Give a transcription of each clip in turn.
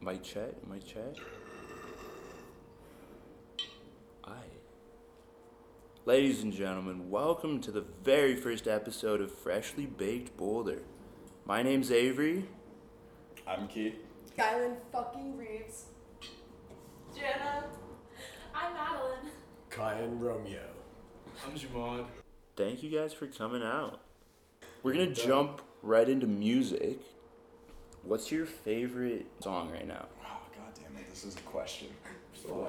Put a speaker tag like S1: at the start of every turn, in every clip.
S1: might check, might check. Aye. Ladies and gentlemen, welcome to the very first episode of Freshly Baked Boulder. My name's Avery.
S2: I'm Keith.
S3: Kylan fucking Reeves.
S4: Jenna. I'm Madeline.
S5: Kyan Romeo.
S6: I'm Jamad.
S1: Thank you guys for coming out. We're gonna jump right into music. What's your favorite song right now?
S2: Oh, God damn it, this is a question.
S3: Um,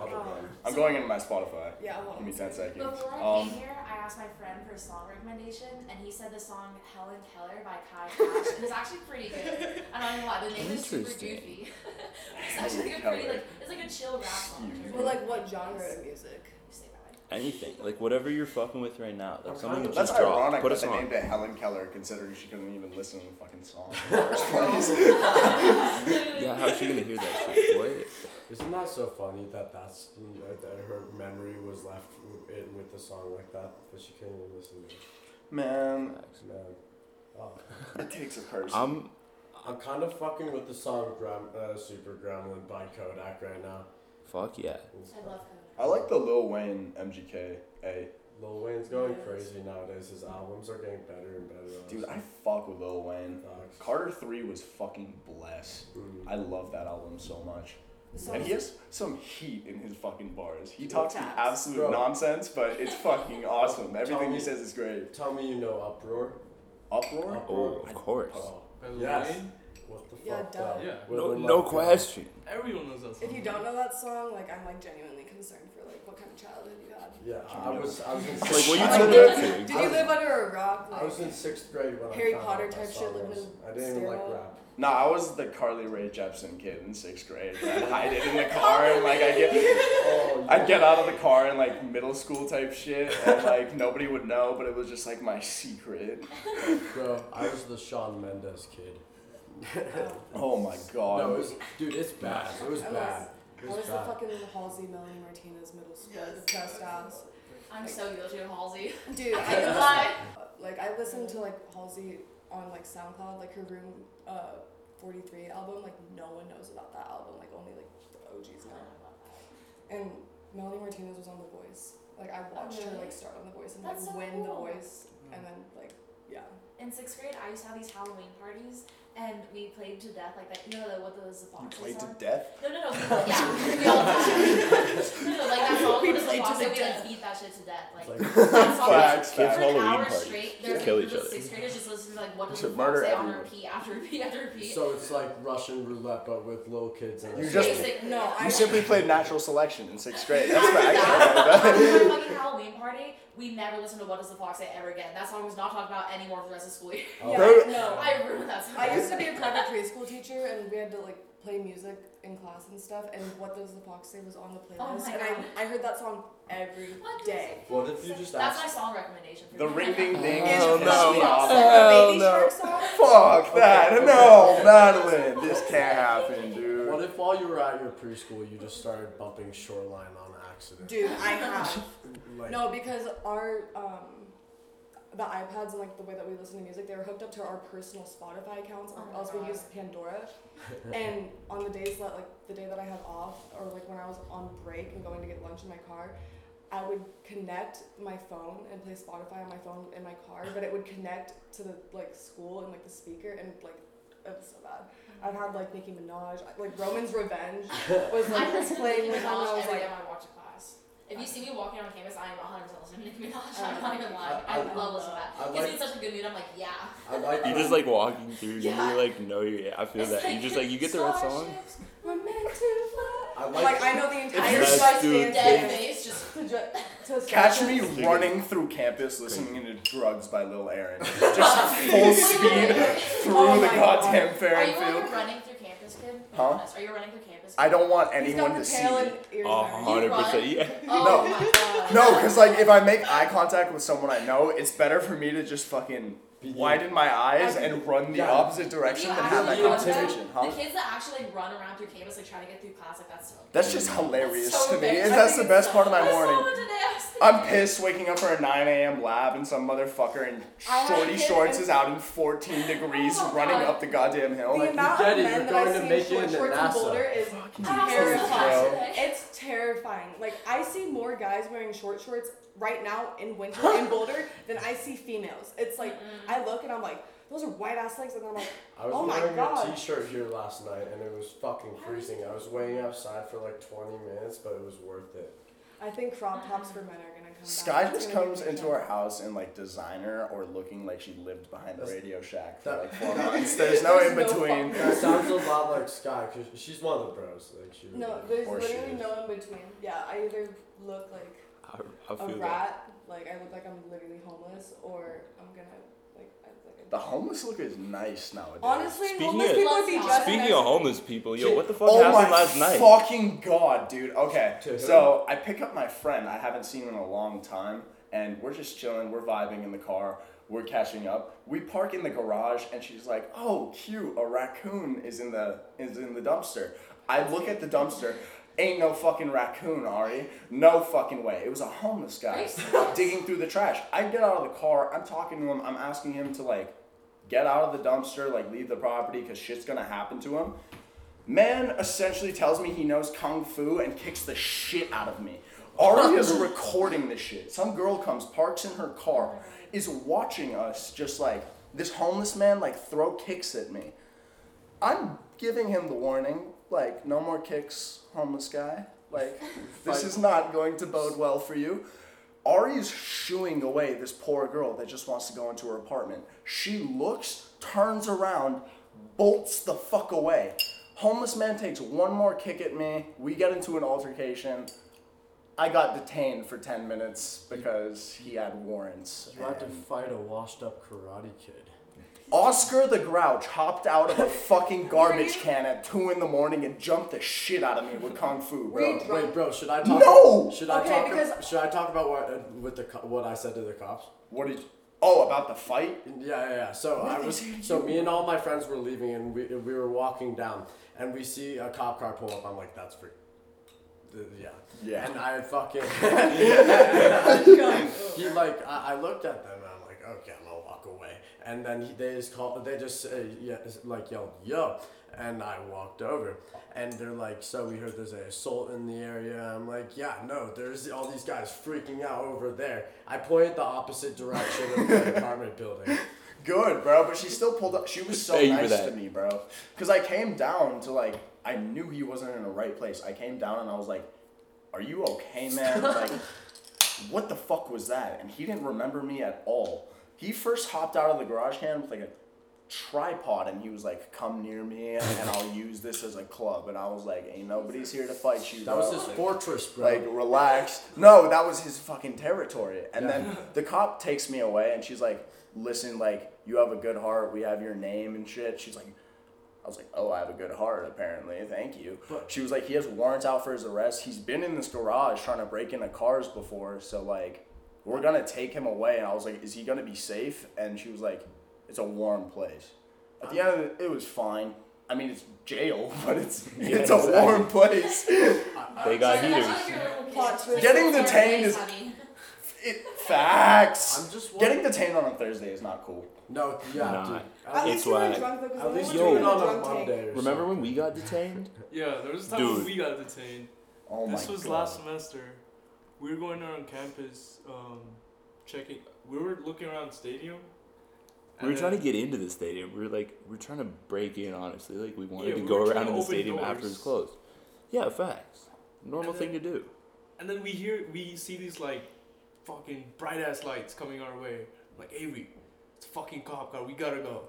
S2: I'm going into my Spotify.
S3: yeah, I
S2: Give
S3: want
S2: me 10 seconds.
S4: Before I
S2: Um,
S4: came here, I asked my friend for a song recommendation, and he said the song Helen Keller by Kai Cash. it was actually pretty good. I don't know why. The name is super
S1: Interesting.
S4: goofy. it's actually like a
S2: Helen
S4: pretty,
S2: Keller.
S4: like, it's like a chill rap song.
S2: Excuse
S3: Well, like what genre of music?
S4: Say that.
S1: Anything, like whatever you're fucking with right now. Like something that
S2: That's
S1: just dropped.
S2: ironic
S1: Put
S2: that
S1: us
S2: they
S1: on.
S2: named it Helen Keller, considering she couldn't even listen to the fucking song in the first place.
S1: Yeah, how's she gonna hear that shit? What?
S5: Isn't that so funny that that's that that her memory was left in with a song like that, but she couldn't even listen to it.
S2: Man,
S5: Man, oh.
S2: it takes a person.
S1: I'm
S5: I'm kind of fucking with the song Gram- uh, "Super Gremlin" by Kodak right now.
S1: fuck yeah.
S5: It's-
S4: I love
S2: I like the Lil Wayne MGK. Hey,
S5: Lil Wayne's going
S3: Yes.
S5: crazy nowadays. His albums are getting better and better.
S2: dude, I fuck with Lil Wayne.
S5: Facts.
S2: Carter 3 was fucking bless.
S5: Mm.
S2: I love that album so much.
S3: The
S2: And
S3: song
S2: he has some heat in his fucking bars. He talks
S3: taps.
S2: absolute
S5: Bro.
S2: nonsense, but it's fucking awesome. Everything
S5: Tell
S2: he
S5: me-
S2: says is great.
S5: Tell me you know uproar.
S2: Uproar?
S1: Oh,
S5: Uproar.
S1: of course.
S5: Oh,
S6: By Lil
S5: Yes.
S6: Wayne.
S5: what the fuck?
S3: Yeah, duh.
S5: that-
S6: Yeah.
S5: with
S1: No,
S5: the
S1: no
S5: love guy.
S1: question.
S6: Everyone knows that song.
S3: If you don't know that song, like I'm like genuinely concerned for like what kind of childhood you had.
S5: Yeah, I was. I was in
S1: Like, what
S5: I
S1: you
S5: was
S1: turned
S5: in-
S1: up to?
S3: Did you live under a rock?
S5: I was
S3: Like,
S5: in sixth grade when
S3: Harry
S5: I found
S3: Potter
S5: out
S3: type
S5: that
S3: shit
S5: song
S3: living
S5: was.
S3: in
S5: I didn't even like
S3: stairwell.
S5: rap.
S2: No, I was the Carly Rae Jepsen kid in sixth grade. I'd hide it in the car and like I get
S5: Oh,
S2: I'd get out of the car in like middle school type shit and like nobody would know, but it was just like my secret.
S5: bro, I was the Sean Mendes kid.
S2: Oh my god.
S5: No, it was, dude, it's bad. It was
S3: I was-
S5: bad. It
S3: I
S5: was
S3: was the
S5: bad.
S3: fucking Halsey Melanie Martinez middle school depressed ass.
S4: I'm so guilty of Halsey.
S3: Dude,
S4: I
S3: I
S4: can lie.
S3: like I listened to like Halsey on like SoundCloud, like her Room uh, 43 album. Like no one knows about that album. Like only like the OGs know. And Melanie Martinez was on The Voice. Like I watched her
S4: Oh, really?
S3: like start on The Voice and
S4: That's
S3: like
S4: so
S3: win The
S4: cool.
S3: Voice,
S1: Mm.
S3: and then like yeah.
S4: In sixth grade, I used to have these Halloween parties, and we played to death like that. You know the, what those
S2: you
S4: boxes
S2: played to
S4: are?
S2: death?
S4: No, no, no. we- Yeah, we all no, no, like that's all.
S3: We
S4: We just
S3: played to
S4: lost
S3: the
S4: it. We
S3: death.
S4: like beat that shit to death. Like,
S5: It's like-
S4: that's all.
S2: Facts,
S4: for
S2: facts.
S4: an
S1: Halloween
S4: hour
S1: parties.
S4: straight,
S1: Yeah.
S4: there's
S1: Kill
S4: like,
S1: each
S4: just
S1: other.
S4: sixth graders just listening to like what does
S2: To
S4: the fox
S2: murder
S4: say on
S2: everyone.
S4: repeat after repeat after repeat.
S5: So it's like Russian roulette, but with little kids. And
S2: You
S5: it's
S2: just-
S5: like-
S4: Basically.
S3: No, I-
S2: You simply played natural selection in sixth grade. That's
S4: After
S2: facts.
S4: that, after my fucking Halloween party, we never listened to What Does the Fox Say ever again. That song was not talked about anymore for the rest of school year.
S5: Oh.
S3: Yeah,
S2: Bro-
S3: no.
S4: I ruined that song.
S3: I used to be a private preschool teacher, and we had to like play music in class and stuff. And What Does the Fox Say was on the playlist,
S4: Oh my
S3: and
S4: God.
S3: I, I heard that song every day.
S4: What does the fox
S5: What if you
S4: say?
S5: just
S4: That's my
S5: ask-
S4: song recommendation. For
S2: The
S4: me.
S2: ring ding ding
S3: Is
S1: Hell
S3: Christmas
S1: no.
S3: also
S1: Hell
S3: a baby
S1: no.
S3: shark song?
S2: Fuck that. No, Madeline. This can't happen, dude.
S5: What if while you were at your preschool, you just started bumping Shoreline on accident?
S3: Dude, I have.
S5: Like,
S3: No, because our um, the iPads and like the way that we listen to music, they were hooked up to our personal Spotify accounts, or
S4: Oh my
S3: else we
S4: God.
S3: used Pandora. and on the days that like the day that I had off, or like when I was on break and going to get lunch in my car, I would connect my phone and play Spotify on my phone in my car, but it would connect to the like school and like the speaker and like. It was so bad. I've had like Nicki Minaj, like Roman's Revenge was like
S4: I listen to Nicki
S3: playing when
S4: Minaj
S3: I was
S4: every
S3: like,
S4: time I watch a class. If you see me walking around campus, I am 100% listening to Nicki Minaj.
S3: Uh,
S4: I'm not even lying.
S5: I-
S4: I,
S5: I-
S4: love listening to that.
S5: I
S4: It gives
S5: like-
S4: me such a good mood. I'm like, yeah.
S5: I like
S1: You just like walking through, and
S4: Yeah.
S1: you're like, no, yeah, I feel
S4: It's
S1: that.
S4: like
S1: You just like, you get the right song.
S4: starships,
S3: We're meant to fly.
S5: I like.
S3: Like I know the entire
S1: Let's
S3: Spice
S1: do
S3: Dance
S4: Dead
S3: dance
S4: face, just
S3: to, ju- to
S2: Catch me running through campus listening to Drugs by Lil Aaron. Just full speed through
S3: Oh
S2: the
S3: my
S2: goddamn
S4: Are
S2: fair
S4: you
S2: and
S4: like
S2: field.
S4: a running through campus kid?
S2: Huh?
S4: Honest, Are you a running through campus?
S2: I don't want
S3: He's
S2: anyone
S3: got
S2: to
S3: the
S2: see
S3: tail
S2: me.
S3: and ears.
S1: A
S3: there.
S1: hundred percent. Yeah.
S4: kid? Oh my god.
S2: No, because like if I make eye contact with someone I know, it's better for me to just fucking widen my eyes
S5: I-
S2: and run the
S5: yeah.
S2: opposite direction
S4: You
S2: than have that
S4: actually know them?
S2: conversation, huh?
S4: The kids that actually like, run around through campus like trying to get through class, like that's so.
S2: That's just hilarious
S4: That's so
S2: to me.
S4: big.
S2: Is
S4: I
S2: that's the
S4: think
S2: best
S4: it's
S2: part of my
S4: I saw
S2: morning?
S4: one today, I was thinking-
S2: I'm pissed waking up for a 9 a.m. lab and some motherfucker in
S3: I had
S2: shorty
S3: it
S2: shorts
S3: and-
S2: is out in 14 degrees
S4: Oh my
S2: running
S4: God.
S2: up the goddamn hill.
S3: The
S2: Like,
S3: amount
S5: get
S3: of
S5: it, you're
S3: men that
S5: going to
S3: I see in
S5: make it
S3: short
S5: into
S3: shorts and
S5: NASA.
S3: Boulder is
S4: I was
S2: Jesus,
S4: so
S2: bro.
S4: today.
S3: it's terrifying. Like I see more guys wearing short shorts right now in winter in Boulder than I see females. It's like I look and I'm like, those are white ass legs, and then I'm like,
S5: I was
S3: Oh my
S5: wearing
S3: God.
S5: a t-shirt here last night and it was fucking freezing. I was waiting outside for like 20 minutes, but it was worth it.
S3: I think crop tops for men are gonna come.
S2: Sky
S3: back. It's
S2: just
S3: gonna
S2: comes
S3: be
S2: into our house in like designer or looking like she lived behind the
S5: That's-
S2: Radio Shack for
S5: that-
S2: like four months. There's no
S3: There's
S2: in
S3: no
S2: between.
S5: That sounds a lot like Sky, cause she's one of the bros. Like she.
S3: No, there's
S2: Or
S3: literally
S2: shoes.
S3: no in between. Yeah, I either look like
S1: I, I
S3: a
S1: feel that.
S3: rat, like I look like I'm literally homeless, or I'm gonna like I look like.
S2: The homeless look is nice nowadays.
S3: Honestly,
S1: Speaking
S3: homeless
S1: of-
S3: people would be
S4: Speaking
S3: dressed
S1: Speaking
S3: nice.
S1: of homeless people, yo,
S5: Shit.
S1: what the fuck
S2: Oh my
S1: happened last night?
S2: fucking god, dude. Okay,
S5: To who?
S2: so I pick up my friend I haven't seen in a long time, and we're just chilling. We're vibing in the car. We're catching up. We park in the garage, and she's like, "Oh, cute, a raccoon is in the is in the dumpster." I look at the dumpster. Ain't no fucking raccoon, Ari. No fucking way. It was a homeless
S4: Are
S2: guy
S4: you serious?
S2: digging through the trash. I get out of the car. I'm talking to him. I'm asking him to like get out of the dumpster, like leave the property, cause shit's gonna happen to him. Man essentially tells me he knows kung fu and kicks the shit out of me. Aria's recording this shit. Some girl comes, parks in her car, is watching us just like this homeless man like throw kicks at me. I'm giving him the warning, like no more kicks, homeless guy. Like this is not going to bode well for you. Ari's shooing away this poor girl that just wants to go into her apartment. She looks, turns around, bolts the fuck away. Homeless man takes one more kick at me. We get into an altercation. I got detained for 10 minutes because he had warrants.
S5: You had to
S2: and-
S5: fight a washed-up karate kid.
S2: Oscar the Grouch hopped out of a fucking garbage
S3: Were you-
S2: can at two in the morning and jumped the shit out of me with kung fu,
S3: Were you
S2: bro.
S3: drunk?
S5: Wait, bro, should I talk?
S2: No!
S5: Should I
S3: Okay,
S5: talk?
S3: because-
S5: should I talk about what uh, with the co- what I said to the cops?
S2: What did? You, oh, about the fight?
S5: Yeah, yeah, yeah. So I
S2: they
S5: was,
S2: say to
S5: so me and all my friends were leaving, and we, we were walking down, and we see a cop car pull up. I'm like, that's free. Th- Yeah.
S2: Yeah.
S5: And I fucking, he like, I, I looked at them, and I'm like, okay, I'm gonna walk away. And then he, they just called, they just uh, yeah, just, like yelled, yo. And I walked over, and they're like, so we heard there's an assault in the area. I'm like, yeah, no, there's all these guys freaking out over there. I pointed the opposite direction of the apartment building.
S2: Good, bro. But she still pulled up. She was so
S1: Thank you for
S2: nice
S1: that.
S2: to me, bro. Because I came down to like, I knew he wasn't in the right place. I came down and I was like, "Are you okay, man?" like, what the fuck was that? And he didn't remember me at all. He first hopped out of the garage can with like a tripod and he was like, "Come near me and I'll use this as a club." And I was like, "Ain't nobody's here to fight you."
S5: That was
S2: bro."
S5: his fortress, bro.
S2: like relax. No, that was his fucking territory. And then the cop takes me away and she's like, listen, like, you have a good heart, we have your name and shit. She's like I was like, Oh, I have a good heart, apparently, thank you.
S5: But-
S2: she was like, He has warrants out for his arrest. He's been in this garage trying to break into cars before, so like we're gonna take him away and I was like, Is he gonna be safe? And she was like, It's a warm place. At the end of it, it was fine. I mean, it's jail, but it's it's a
S1: exactly.
S2: warm place.
S1: They got
S4: So
S1: heaters.
S4: that's one of your little
S3: Plot
S4: kids.
S3: twist.
S2: Getting
S4: Like,
S2: detained is-
S4: honey.
S2: It, facts.
S5: I'm just
S2: getting detained on a Thursday is not cool.
S5: No, yeah,
S1: Nah.
S5: dude.
S1: It's
S3: At
S5: At
S3: least
S5: least,
S3: you weren't
S1: why-
S3: drunk though, 'cause
S5: at
S3: no
S5: least
S3: one
S1: Yo.
S5: do
S3: would
S5: it
S3: do a
S5: on a
S3: drunk take.
S5: Monday. Or
S1: Remember when we got detained?
S6: Yeah, there was a time
S1: Dude.
S6: when we got detained.
S2: Oh
S6: this
S2: my
S6: was
S2: god.
S6: last semester. We were going around campus, um, checking. We were looking around stadium.
S1: We were
S6: and
S1: trying to
S6: then-
S1: get into the stadium. We were like, we are trying to break in. Honestly, like we wanted
S6: Yeah,
S1: to
S6: we
S1: go
S6: were trying
S1: around
S6: to
S1: in the
S6: open
S1: stadium after it
S6: doors.
S1: was closed. Yeah, facts. Normal
S6: And
S1: thing to do.
S6: And then we hear, we see these like, fucking bright ass lights coming our way. I'm like Avery, it's a fucking cop car. We gotta go.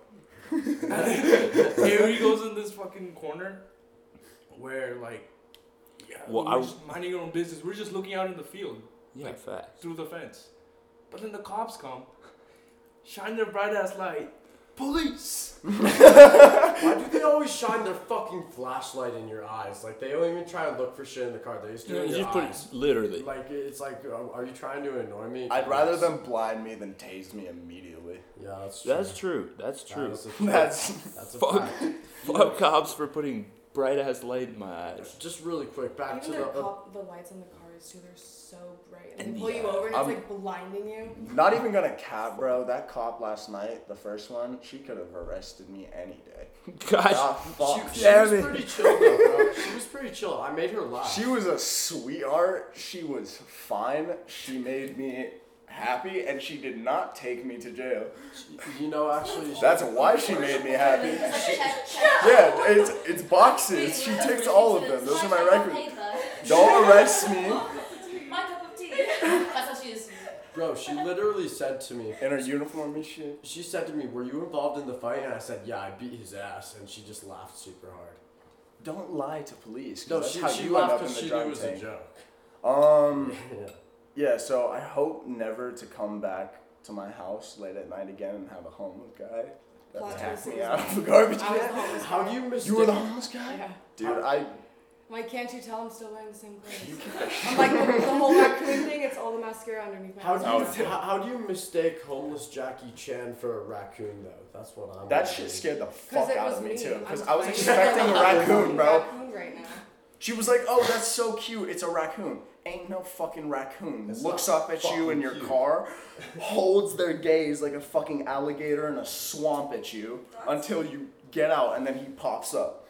S6: And then Avery goes in this fucking corner, where like, yeah,
S1: Well,
S6: we're
S1: I-
S6: just minding our own business. We're just looking out in the field.
S1: Yeah,
S6: Like-
S1: facts.
S6: through the fence. But then the cops come, shine their bright ass light. Police!
S5: why do they always shine their fucking flashlight in your eyes? Like they don't even try to look for shit in the car. They just do it in
S1: You
S5: your
S1: just put
S5: eyes.
S1: literally.
S5: Like it's like, are are you um, trying to annoy me?
S2: I'd rather
S5: Yes.
S2: them blind me than tase me immediately.
S5: Yeah, that's true.
S1: That's true. That's
S5: That
S1: true.
S5: is a fact.
S1: That's
S5: That's a
S1: fuck.
S5: fact.
S1: Fuck cops for putting bright ass light in my eyes.
S5: Just really quick, back
S3: Even
S5: to
S3: their
S5: the. uh,
S3: cop, the lights on the cars too, they're so bright. And
S1: And
S3: they pull you
S1: yeah,
S3: over and it's
S5: Um,
S1: I'm-
S3: like blinding you.
S2: Not even gonna cap, bro. That cop last night, the first one, she could have arrested me any day.
S1: Gosh,
S2: God,
S5: she,
S2: fuck.
S5: she
S1: damn
S5: was
S1: it.
S5: pretty chill though, bro. She was pretty chill. I made her laugh.
S2: She was a sweetheart. She was fine. She made me happy, and she did not take me to jail.
S5: you know, actually.
S2: That's why she made me happy.
S4: It's like, check, check.
S2: Yeah, it's it's
S4: Wait,
S2: boxes. She
S4: what other
S2: ticks all of them.
S4: reasons?
S2: Those are
S4: Why
S2: my
S4: should I
S2: records.
S4: pay the-
S2: Don't arrest me.
S4: My cup of tea. That's how she is.
S5: Bro, she literally said to me.
S2: In her uniform and shit.
S5: She said to me, "Were you involved in the fight?" And I said, "Yeah, I beat his ass." And she just laughed super hard.
S2: Don't lie to police. 'cause
S5: No,
S2: that's
S5: she,
S2: how
S5: she
S2: you end
S5: laughed
S2: up in
S5: because
S2: the
S5: she knew
S2: drug
S5: it was a
S2: tank.
S5: joke.
S2: Um,
S5: yeah.
S2: yeah. So I hope never to come back to my house late at night again and have a homeless guy
S3: Plot
S2: that attacked
S3: twist
S2: me
S3: is-
S2: out of a garbage
S3: I was
S2: can.
S3: the homeless
S5: How
S3: guy.
S5: do you mistake?
S2: You were the homeless guy,
S3: Yeah.
S2: dude. I
S3: I'm like, can't you tell I'm still wearing the same clothes? I'm like, the, the whole raccoon thing, it's all the mascara underneath my
S5: How
S3: eyes.
S5: do you how, how do you mistake homeless Jackie Chan for a raccoon though? That's what I'm.
S2: that
S5: wondering.
S2: shit scared the fuck
S3: it
S2: out
S3: was
S2: of me,
S3: me.
S2: too. Because
S3: I'm
S2: I was
S3: like-
S2: expecting a raccoon, bro.
S3: Raccoon right now.
S2: She was like, "Oh, that's so cute. It's a raccoon." Ain't no fucking raccoon.
S5: It's
S2: Looks
S5: not
S2: up at you in
S5: fucking
S2: your
S5: cute.
S2: car, holds their gaze like a fucking alligator in a swamp at you until you get out, and then he pops up.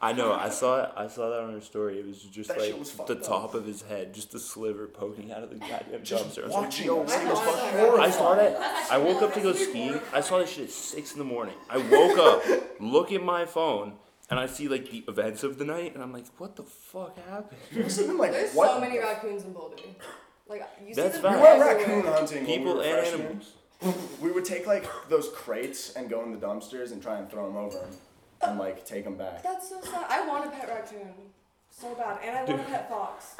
S1: I know. I saw it. I saw that on her story. It was just
S2: That
S1: like
S2: shit was fucked
S1: the
S2: up.
S1: top of his head, just a sliver poking out of the goddamn
S2: Just
S1: dumpster. I was like,
S2: watching
S1: yo,
S2: us.
S1: what
S2: It
S1: the
S2: was
S1: fuck?
S2: fucking
S1: I
S2: horrifying.
S1: saw that. I woke up to go skiing. I saw that shit at six in the morning. I woke up, look at my phone, and I see like the events of the night, and I'm like, what the fuck happened?
S2: You must have been like,
S3: There's
S2: what?
S3: so many
S2: the-
S3: raccoons in Boulder. Like, you
S1: That's
S3: see them
S2: We
S1: fact.
S2: went
S3: everywhere.
S2: raccoon hunting. when
S1: People
S2: we were
S1: and
S2: freshmen.
S1: animals.
S2: We would take like those crates and go in the dumpsters and try and throw them over and like take them back.
S3: That's so sad. I want a pet raccoon so bad, and I want a pet fox.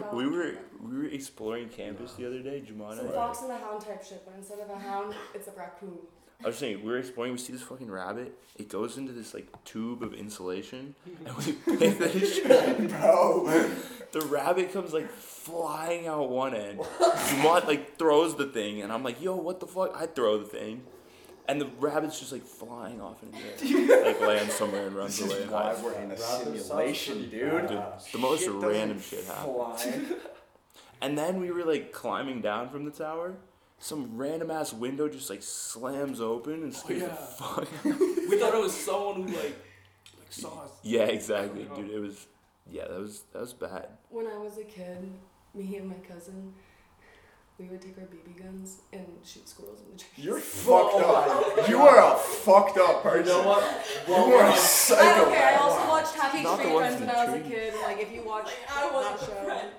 S3: No.
S1: We were we were exploring campus the other day, Jumana.
S3: Some
S1: and
S3: fox and a hound type shit, but instead of a hound, it's a raccoon.
S1: I was saying, we were exploring, we see this fucking rabbit. It goes into this like tube of insulation, and we pick that shit up.
S2: Bro,
S1: The rabbit comes like flying out one end. Dumont like throws the thing, and I'm like, yo, what the fuck? I throw the thing. And the rabbit's just like flying off in the air, like lands somewhere and runs
S2: this
S1: away.
S2: is
S1: and
S2: why
S1: hides.
S2: we're in a
S5: Rabbit sounds
S2: simulation,
S5: pretty
S2: dude.
S1: Dude,
S5: badass.
S1: the most
S2: Shit doesn't
S1: random shit happened.
S2: fly.
S1: And then we were like climbing down from the tower. Some random ass window just like slams open
S2: Oh,
S1: and scares
S6: yeah.
S1: the fuck.
S6: We thought it was someone who like, like saw us.
S1: Yeah, exactly,
S6: Yeah.
S1: dude. It was, yeah, that was that was bad.
S3: When I was a kid, me and my cousin, we would take our BB guns and shoot squirrels in the trees.
S2: You're
S5: Oh
S2: fucked up.
S5: my
S2: You
S5: God.
S2: are a fucked up
S5: You
S2: person.
S5: know what?
S2: You are a
S3: I don't care. I
S2: psychopath.
S3: also watched Happy
S1: Not the
S3: Tree
S1: ones
S3: Friends
S1: in
S3: when
S1: the
S3: I was a
S1: trees.
S3: kid. Like, if you watch
S4: I
S3: that
S4: was
S3: show,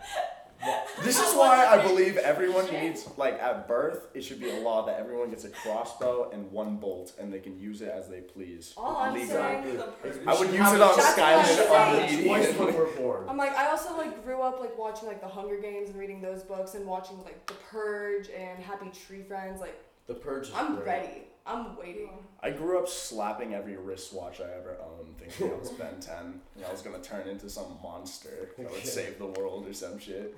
S2: This is why I believe everyone needs, like, at birth, it should be a law that everyone gets a crossbow and one bolt, and they can use it as they please.
S3: all I'm
S2: Legally.
S3: saying.
S2: I would use it on
S3: That's what I'm
S2: Skyland
S3: saying.
S5: Twice
S2: immediately.
S5: when we're born.
S3: I'm like, I also like grew up like watching like The Hunger Games and reading those books and watching like The Purge and Happy Tree Friends. Like,
S5: The purge is
S3: I'm
S5: great.
S3: ready. I'm waiting.
S2: I grew up slapping every wristwatch I ever owned, thinking I was Ben 10, and I was gonna turn into some monster that would
S5: Okay.
S2: save the world or some shit.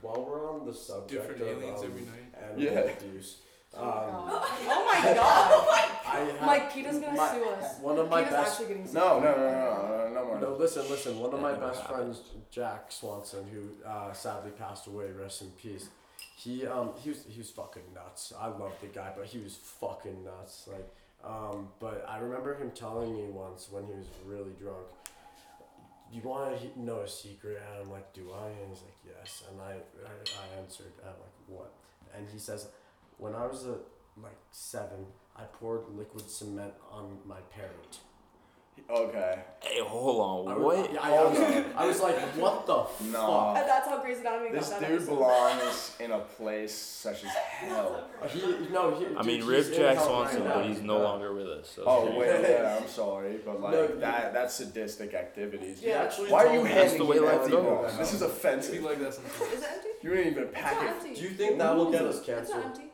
S5: While we're on the subject
S6: Different
S5: of
S6: aliens
S5: um,
S6: every night.
S5: animal
S2: Yeah.
S5: abuse,
S3: Oh
S5: um,
S3: my god. Oh my god.
S5: I have
S3: Mike, Peta's gonna
S5: my-
S3: sue us.
S5: One of my
S3: Peta's
S5: best
S3: actually getting sued.
S2: No,
S3: Uh,
S2: no, no, no, no, no, no more.
S5: No, listen, listen. One of
S1: That
S5: my
S1: never
S5: best
S1: happened.
S5: friends, Jack Swanson, who uh, sadly passed away, rest in peace. He um he was he was fucking nuts. I love the guy, but he was fucking nuts. Like um, but I remember him telling me once when he was really drunk. You want to know a secret? And I'm like, do I? And he's like, yes. And I I, I answered. I'm like, what? And he says, when I was a like seven, I poured liquid cement on my parent.
S2: Okay.
S1: Hey, hold
S5: I
S1: on,
S5: was-
S1: what?
S5: yeah, I, I was, I was like, what the
S2: No.
S3: And that's how Grey's Anatomy got
S2: This
S3: that
S2: dude
S3: episode.
S2: belongs in a place such as hell.
S5: fuck? He, no, he,
S1: I
S5: dude,
S1: mean,
S5: he's
S1: rip
S5: in
S1: Jack
S5: hell
S1: Swanson,
S5: right now.
S1: but he's no
S5: Uh,
S1: longer with us. So
S2: Oh wait, yeah, I'm sorry, but like
S5: No, you-
S2: that that's sadistic activities.
S5: He
S3: Yeah.
S5: actually
S2: Why are
S5: told
S2: you
S5: me-
S1: That's the
S2: handing
S1: way
S2: him
S1: life
S2: empty
S1: goes.
S2: balls? This is
S6: It'd be
S2: offensive.
S6: like that sometimes.
S3: Is it empty?
S2: You didn't even
S3: It's not
S2: pack it.
S3: empty.
S5: Do you think that will get us
S3: It's not
S5: canceled?
S3: empty.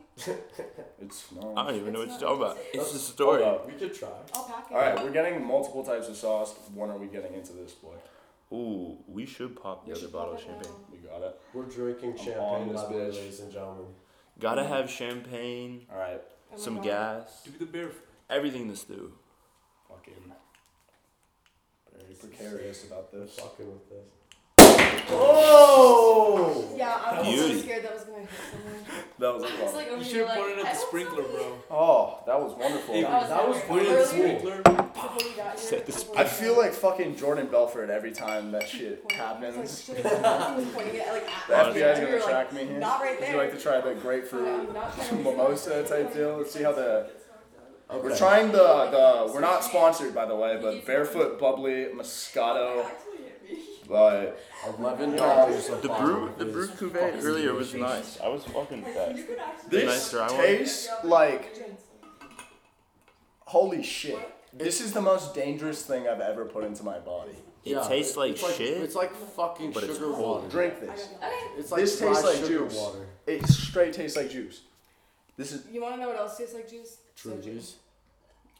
S2: It's
S1: I
S2: not.
S1: don't even know what
S3: It's
S1: you're
S3: not-
S1: talking about. It's the
S2: Hold
S1: story.
S2: up.
S5: We could try.
S3: I'll pack it.
S2: All right, we're getting multiple types of sauce. When are we getting into this, boy?
S1: Ooh, we should pop the
S3: We
S1: other
S3: should
S1: bottle of
S3: pop it
S1: champagne.
S3: now.
S2: We got it.
S5: We're drinking
S2: I'm on
S5: champagne,
S2: this
S5: by the way,
S2: bitch.
S5: ladies and gentlemen.
S1: Gotta have champagne,
S2: All right,
S3: Mm-hmm. Oh my
S1: some
S3: God.
S1: gas,
S6: Do the bear.
S1: everything to stew.
S2: fucking very precarious about this.
S5: Fucking with this. Oh!
S3: Yeah, I was
S1: Beauty.
S3: so scared that was gonna hit someone.
S2: That was
S4: I was
S2: awesome.
S4: like, over
S6: You
S4: here,
S6: should
S4: like,
S6: have pointed
S4: I
S6: at the
S4: hope
S6: sprinkler,
S4: somebody-
S6: bro.
S2: Oh, that was wonderful.
S6: Hey,
S2: That
S4: That
S2: was-
S4: was
S5: That was
S4: earlier.
S6: Pointed at the
S3: Earlier?
S6: sprinkler.
S3: Before we got here,
S1: Set this-
S3: before we
S2: I
S3: got
S2: feel
S3: here,
S2: like fucking Jordan Belfort every time that shit
S3: point- I
S2: happens.
S3: was like, shit, he was pointing it, like,
S2: The
S3: at me.
S2: FBI is
S3: We were
S2: gonna
S3: like,
S2: track me here.
S3: Not right
S2: Would
S3: there.
S2: you like to try the
S3: I'm
S2: grapefruit
S3: not trying to-
S2: mimosa type deal? Let's see how the.
S5: Okay.
S2: We're trying the the. We're not sponsored by the way, but barefoot bubbly moscato. But
S5: Eleven dollars.
S1: The brew, the brew cuvee earlier was nice. I was fucking fat.
S2: this
S1: Nicer, I want-
S2: tastes like holy shit. This is the most dangerous thing I've ever put into my body.
S1: It tastes like
S5: it's
S1: shit,
S5: It's like fucking
S1: but
S5: sugar
S1: it's cold.
S5: water.
S2: Drink
S3: I
S2: this.
S3: don't know.
S4: Okay.
S5: It's like
S2: This
S5: dry
S2: tastes like
S5: sugar
S2: juice.
S5: water.
S2: It straight tastes like juice. This is
S3: You want to know what else tastes like juice?
S5: True
S3: Soju.
S5: juice.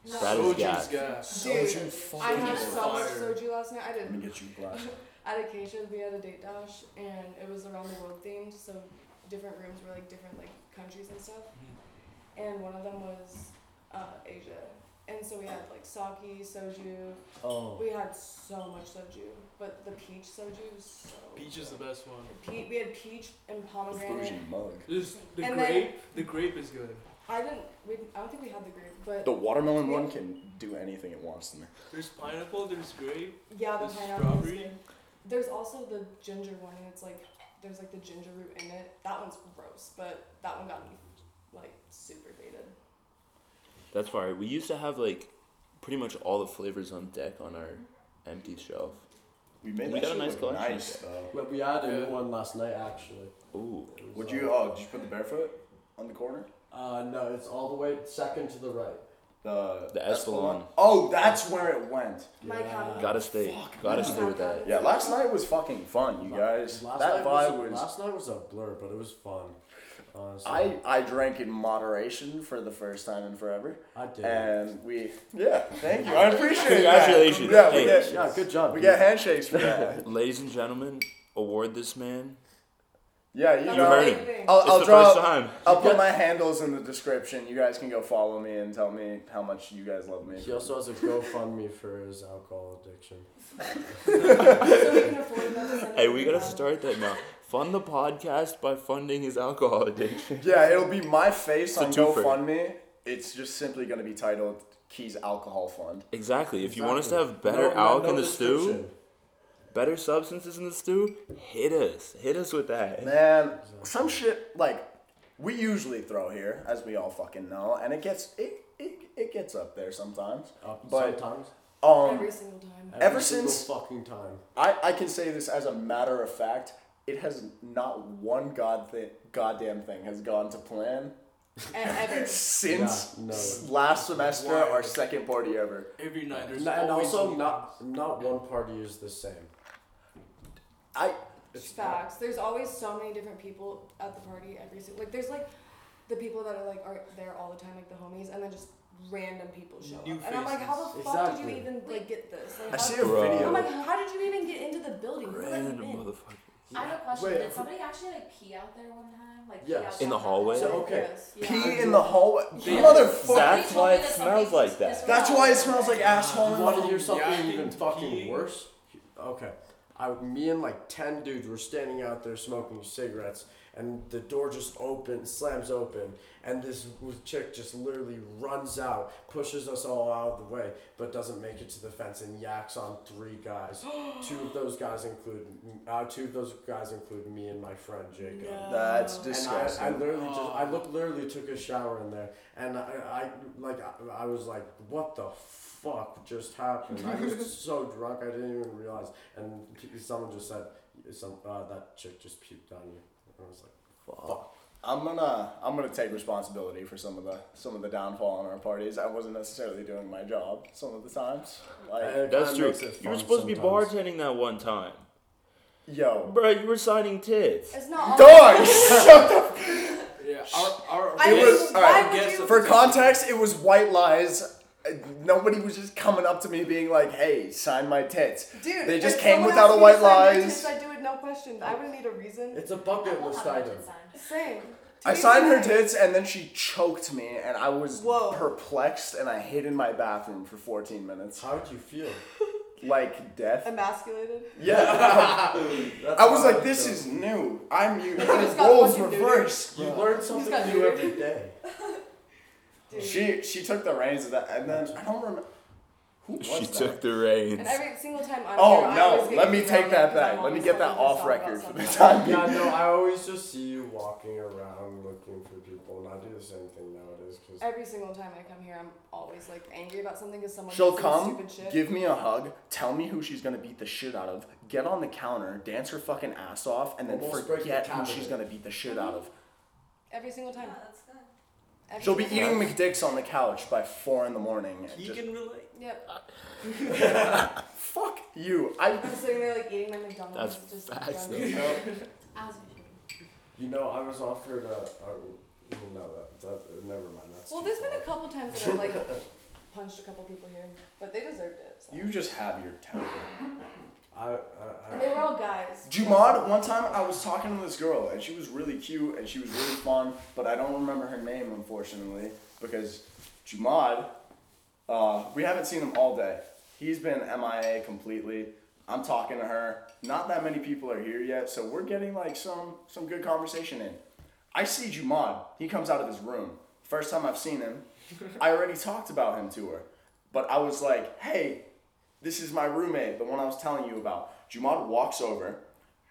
S4: No.
S1: That is
S6: Soju's
S1: gas.
S6: gas.
S3: Dude, I
S5: fucking
S3: had so much
S6: fire.
S3: soju last night. I
S2: Let me
S3: did
S2: get you a glass.
S3: at occasion we had a date dash and it was around the world themed, so different rooms were like different like countries and stuff.
S6: Mm-hmm.
S3: And one of them was uh, Asia, and so we had like sake, soju.
S5: Oh.
S3: We had so much soju, but the peach soju was so.
S6: Peach is the
S3: good.
S6: best one.
S3: Pe- we had peach and pomegranate.
S2: Bougie mug.
S6: This, the
S3: And then-
S6: grape, the grape is good.
S3: I didn't. We didn't, I don't think we had the grape, but
S2: The watermelon one can do anything it wants to me.
S6: There's pineapple, there's grape.
S3: yeah, the
S6: the
S3: pineapple. is
S6: strawberry?
S3: good. There's also the ginger one, and it's like there's like the ginger root in it. That one's gross, but that one got me like super baited.
S1: That's why we used to have like pretty much all the flavors on deck on our empty shelf.
S2: We made
S1: We
S2: that
S1: got a
S2: shit
S1: nice
S2: look
S1: collection.
S2: nice though.
S5: Well, we had a
S6: Yeah.
S5: new one last night actually.
S1: Ooh,
S5: It was,
S2: Would
S5: uh,
S2: you? Oh, did you put the barefoot on the corner?
S5: Uh, no, it's all the way second to the right.
S2: The
S1: The Espolon.
S2: Oh, that's where it went.
S3: My cat.
S1: gotta stay, gotta stay with that.
S2: Yeah, last night was fucking fun, you guys.
S5: Last
S2: that
S5: night
S2: vibe was.
S5: was, last night was a blur, but it was fun. Honestly,
S2: I I drank in moderation for the first time in forever,
S5: I did.
S2: and we. Yeah, thank you. I appreciate that.
S1: Congratulations.
S2: Yeah, we
S1: Hey.
S2: get
S5: yeah, good job.
S2: we
S5: dude.
S2: get handshakes for that.
S1: ladies and gentlemen, award this man.
S2: Yeah, you
S3: That's
S1: You
S2: know.
S1: heard
S3: the
S1: it.
S3: main thing.
S2: I'll,
S1: It's
S2: I'll
S1: the
S2: draw.
S1: first time.
S2: I'll put my handles in the description. You guys can go follow me and tell me how much you guys love me.
S5: He also has a GoFundMe for his alcohol addiction.
S3: so we can afford another send
S1: Hey,
S3: it
S1: we
S3: to
S1: gotta
S3: them.
S1: start that now. Fund the podcast by funding his alcohol addiction.
S2: Yeah, it'll be my face
S1: a
S2: on
S1: twofer.
S2: GoFundMe. It's just simply going to be titled Keys Alcohol Fund.
S1: Exactly. If you want us to have
S5: Exactly.
S1: better
S5: No- no-
S1: alk
S5: no
S1: in the stew,
S5: description.
S1: better substances in the stew, hit us. Hit us with that.
S2: Man, some shit like we usually throw here, as we all fucking know, and it gets it it, it gets up there sometimes.
S5: Up
S2: But-
S5: Uh, sometimes.
S2: Um,
S3: every single time.
S5: Every
S2: ever
S5: single
S2: since-
S5: fucking time.
S2: I I can say this as a matter of fact. It has not one god thi- goddamn thing has gone to plan
S3: And ever.
S2: since
S5: Yeah, no.
S2: s- last semester,
S6: Why?
S2: our second party ever.
S6: Every night there's
S5: And and
S6: always
S5: also,
S6: new
S5: not not one party is the same.
S2: I
S3: Facts. There's always so many different people at the party every single. Like there's like the people that are like are there all the time, like the homies, and then just random people show
S6: New
S3: up. And I'm like, how the
S5: faces.
S3: fuck did you
S5: Exactly.
S3: even like get this? Like,
S2: I
S3: how-
S2: see a
S1: Bruh.
S2: video.
S3: I'm like, how did you even get into the building? Who let you
S1: Random
S3: in?
S1: motherfucker.
S4: I have a question.
S5: Wait,
S4: Did somebody actually like pee out there one time? Like pee
S5: Yes.
S4: out
S1: In the
S4: down
S1: hallway?
S5: So-
S4: there?
S5: Okay.
S3: Yes, yeah.
S2: pee in the hallway.
S6: Yeah.
S2: Motherfucker.
S4: Somebody
S1: That's
S4: told
S1: why
S4: me
S1: it
S4: that
S1: smells
S4: somebody-
S1: like that.
S4: this
S2: That's
S4: was-
S2: why it smells like asshole
S5: You
S2: and
S5: want to hear something
S6: Yeah,
S5: even fucking
S6: he-
S5: worse? Okay. I, me and like 10 dudes were standing out there smoking cigarettes, and the door just opens, slams open, and this chick just literally runs out, pushes us all out of the way, but doesn't make it to the fence and yaks on three guys. two of those guys include, uh, two of those guys include me and my friend Jacob.
S2: That's
S5: And I, I
S2: disgusting.
S5: literally just, I look, literally took a shower in there, and I, I like, I, I was like, what the fuck just happened? I was so drunk, I didn't even realize. And p- someone just said, some uh, that chick just puked on you. And I was like,
S1: Fuck.
S2: I'm gonna I'm gonna take responsibility for some of the some of the downfall in our parties. I wasn't necessarily doing my job some of the times. Like,
S5: It
S1: That's true.
S5: kinda makes it
S1: You were
S5: fun
S1: supposed to be
S5: sometimes.
S1: bartending that one time.
S2: yo,
S1: Bro, you were signing tits.
S3: It's not. all-
S2: dog. shut the-
S6: Yeah, our, our
S3: I
S2: It was-
S6: guest,
S3: was. Why
S2: alright,
S3: would
S6: guess
S3: you?
S6: of-
S2: For context, it was white lies. Uh, Nobody was just coming up to me being like, "Hey, sign my tits."
S3: Dude,
S2: they just
S3: if
S2: came
S3: someone
S2: without a
S3: asked me
S2: white
S3: to sign my
S2: lies.
S3: tits, I'd do it no question. I wouldn't need a reason.
S5: It's a bucket
S4: I love
S5: list
S4: how much
S5: item.
S4: it's on.
S3: Same.
S2: I signed her tits and then she choked me and I was
S3: Whoa.
S2: perplexed and I hid in my bathroom for 14 minutes.
S5: How would you feel?
S2: Like death.
S3: Emasculated.
S2: Yeah. I was
S5: how
S2: like,
S5: I
S2: this
S5: feel.
S2: is new. I'm you.
S3: just got
S2: Roles
S3: fucking neutered.
S2: reversed.
S5: You learn something
S3: got
S5: new
S3: neutered.
S5: every day.
S3: Dude.
S2: She she took the reins of that and then I don't remember who was
S1: She
S2: that?
S1: took the reins.
S3: And every single time I'm
S2: Oh
S3: here, I always
S2: no,
S3: get
S2: let me
S3: yelled
S2: take
S3: at
S2: that
S3: because I'm
S2: back. Let me
S3: always
S2: get that
S3: fucking pissed
S2: off
S3: about
S2: record for the
S3: something.
S2: time being.
S5: Yeah, no, I always just see you walking around looking for people, and I do the same thing nowadays. Cause
S3: Every single time I come here, I'm always like angry about something because someone
S2: She'll
S3: did some
S2: come,
S3: stupid shit.
S2: give me a hug, tell me who she's gonna beat the shit out of, get on the counter, dance her fucking ass off, and then
S5: Almost break the
S2: forget who
S5: cabinet.
S2: she's gonna beat the shit out of.
S3: every single time.
S4: that's good.
S3: Every
S2: She'll be
S3: single time.
S2: eating McDicks on the couch by four in the morning. and
S6: He
S2: just-
S6: can relate.
S3: Yep.
S2: fuck you. I
S3: I'm sitting there like eating my McDonald's.
S1: That's
S3: just
S1: facts,
S3: done.
S1: though.
S4: As usual.
S5: you know, I was offered a. a you know that, that. Never mind. That's
S3: Well,
S5: too
S3: there's been
S5: far.
S3: a couple times that I've like punched a couple people here, but they deserved it. So.
S2: you just have your temper.
S5: I,
S3: And
S5: I,
S3: they
S5: I,
S3: were all guys.
S2: Jumad, one time I was talking to this girl and she was really cute and she was really fun, but I don't remember her name unfortunately because Jumad, uh, we haven't seen him all day. He's been MIA completely. I'm talking to her. Not that many people are here yet, so we're getting like some some good conversation in. I see Jumad. He comes out of his room. First time I've seen him. I already talked about him to her, but I was like, hey, this is my roommate, the one I was telling you about. Jumad walks over,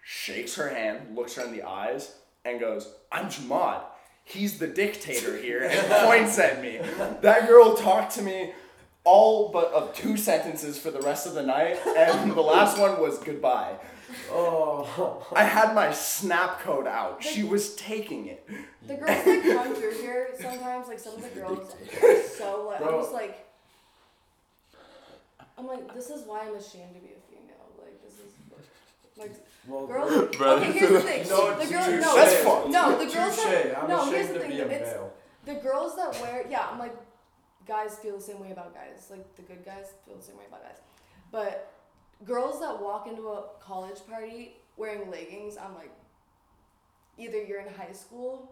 S2: shakes her hand, looks her in the eyes, and goes, I'm Jumad. He's the dictator here, and points at me. That girl talked to me all but of two sentences for the rest of the night, and the last one was goodbye.
S5: oh.
S2: I had my snap code out. She was taking it.
S3: The girls like run through here sometimes. Like some of the girls are so like I'm
S5: Bro.
S3: just like I'm like this is why I'm ashamed to be a female. Like this is like
S5: Well,
S3: girls.
S1: Bro,
S3: okay, here's the thing.
S5: No,
S3: the
S5: it's
S3: girls.
S5: touche.
S3: No,
S2: That's fucked.
S3: No, the girls.
S5: Touche.
S3: That,
S5: I'm
S3: no, here's
S5: ashamed
S3: the
S5: to
S3: thing.
S5: be a
S3: It's
S5: male.
S3: the girls that wear. Yeah, I'm like guys feel the same way about guys. Like the good guys feel the same way about guys. But girls that walk into a college party wearing leggings, I'm like, either you're in high school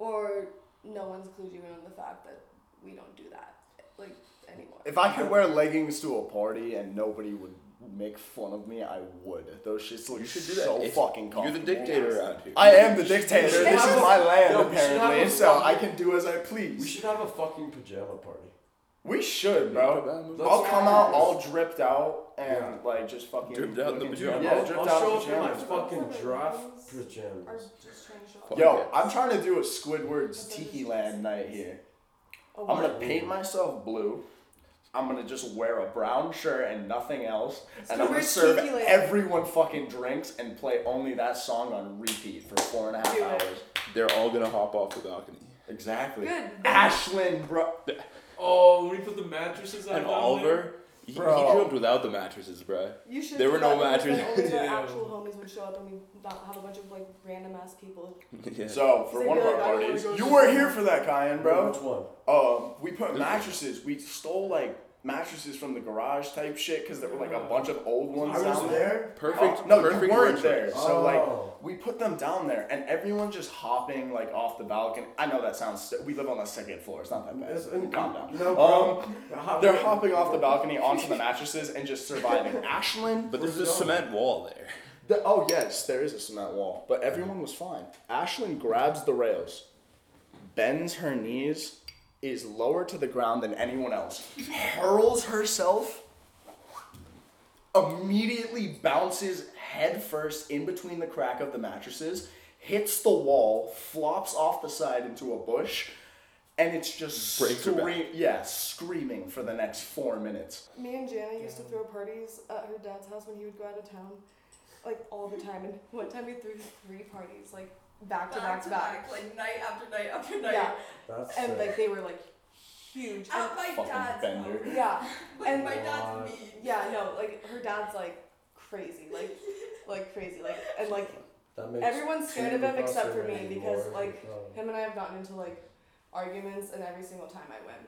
S3: or no one's clued you in on the fact that we don't do that like anymore.
S2: If I could wear leggings to a party and nobody would make fun of me, I would. Those shits look so fucking
S1: You're the
S2: comfortable.
S1: dictator around here.
S2: I am the dictator.
S5: should
S2: This
S5: have
S2: is
S5: a-
S2: my land,
S5: Yo, we should
S2: apparently,
S5: have a
S2: so I
S5: fucking-
S2: can do as I
S5: We
S2: please.
S5: should have a fucking pajama party.
S2: We should, bro.
S5: Let's-
S2: I'll come out all dripped out and
S5: Yeah.
S2: like just fucking
S1: Dripped out in the
S2: looking-
S1: pajamas.
S2: Yeah,
S5: I'll,
S2: dripped
S5: I'll
S2: out
S5: show
S2: in
S5: up in my
S2: pajamas.
S5: fucking
S3: Whatever,
S5: draft
S3: those Are
S5: pajamas.
S3: just trying to show off.
S1: Fuck.
S2: Yo, I'm trying to do a Squidward's Tiki Land night here.
S3: Oh,
S2: I'm gonna paint myself blue. I'm gonna just wear a brown shirt and nothing else, and I'm gonna
S3: Squidward's
S2: serve
S3: Tiki Land.
S2: everyone fucking drinks and play only that song on repeat for four and a half
S3: Do it.
S2: hours.
S1: They're all gonna hop off the balcony.
S2: Exactly.
S3: Good.
S2: Ashlyn, bro.
S6: Oh, when he put the mattresses out
S1: And
S6: down
S1: Oliver, he, he
S2: Bro.
S1: dreamt without the mattresses, bruh.
S3: You should.
S1: There
S3: do
S1: were no
S3: that because then
S1: matches.
S3: Only the
S6: Yeah.
S3: actual homies would show up, and we not have a bunch of like random ass people.
S1: yeah.
S2: So for
S3: Say
S2: one of
S3: you're
S2: our
S3: like, I don't wanna
S2: parties,
S3: go
S2: you
S3: to-
S2: were here for that, Kyan, bro.
S5: Which one?
S2: Um, we put mattresses. We stole like mattresses from the garage type shit because there were like a bunch of old ones
S5: I
S2: down
S5: was
S2: there.
S5: there.
S1: perfect.
S2: Oh, no,
S1: perfect
S2: you weren't
S1: word
S2: there.
S1: choice.
S2: So
S5: Oh.
S2: like, we put them down there, and everyone just hopping like off the balcony. I know that sounds. St- we live on the second floor. It's not that bad.
S5: It's- and-
S2: Calm down.
S5: No, bro.
S2: Um,
S5: How-
S2: they're hopping off the balcony onto the mattresses and just surviving. Ashlyn,
S1: But there's a
S5: Where's it going?
S1: cement wall there.
S2: the, oh yes, there is a cement wall, but everyone was fine. Ashlyn grabs the rails, bends her knees, is lower to the ground than anyone else, hurls herself, immediately bounces headfirst in between the crack of the mattresses, hits the wall, flops off the side into a bush, and it's just
S1: Breaks her back.
S2: scream- yeah, screaming for the next four minutes.
S3: Me and Jana used to throw parties at her dad's house when he would go out of town, like all the time. And one time we threw three parties, like back to back to back.
S7: like night after night after night.
S3: Yeah,
S5: That's
S3: and
S5: sick.
S3: like they were like huge.
S7: At
S3: And,
S7: my
S2: Fucking
S7: dad's
S2: bender.
S7: house.
S3: yeah,
S7: Like
S3: And-
S7: my dad's
S5: What?
S7: mean.
S3: yeah, no, like her dad's like crazy, like like crazy, like and like
S5: That makes
S3: everyone's scared
S5: two
S3: of him
S5: us
S3: except for
S5: already
S3: me because
S5: more
S3: like
S5: than-
S3: him and I have gotten into like arguments, and every single time I win.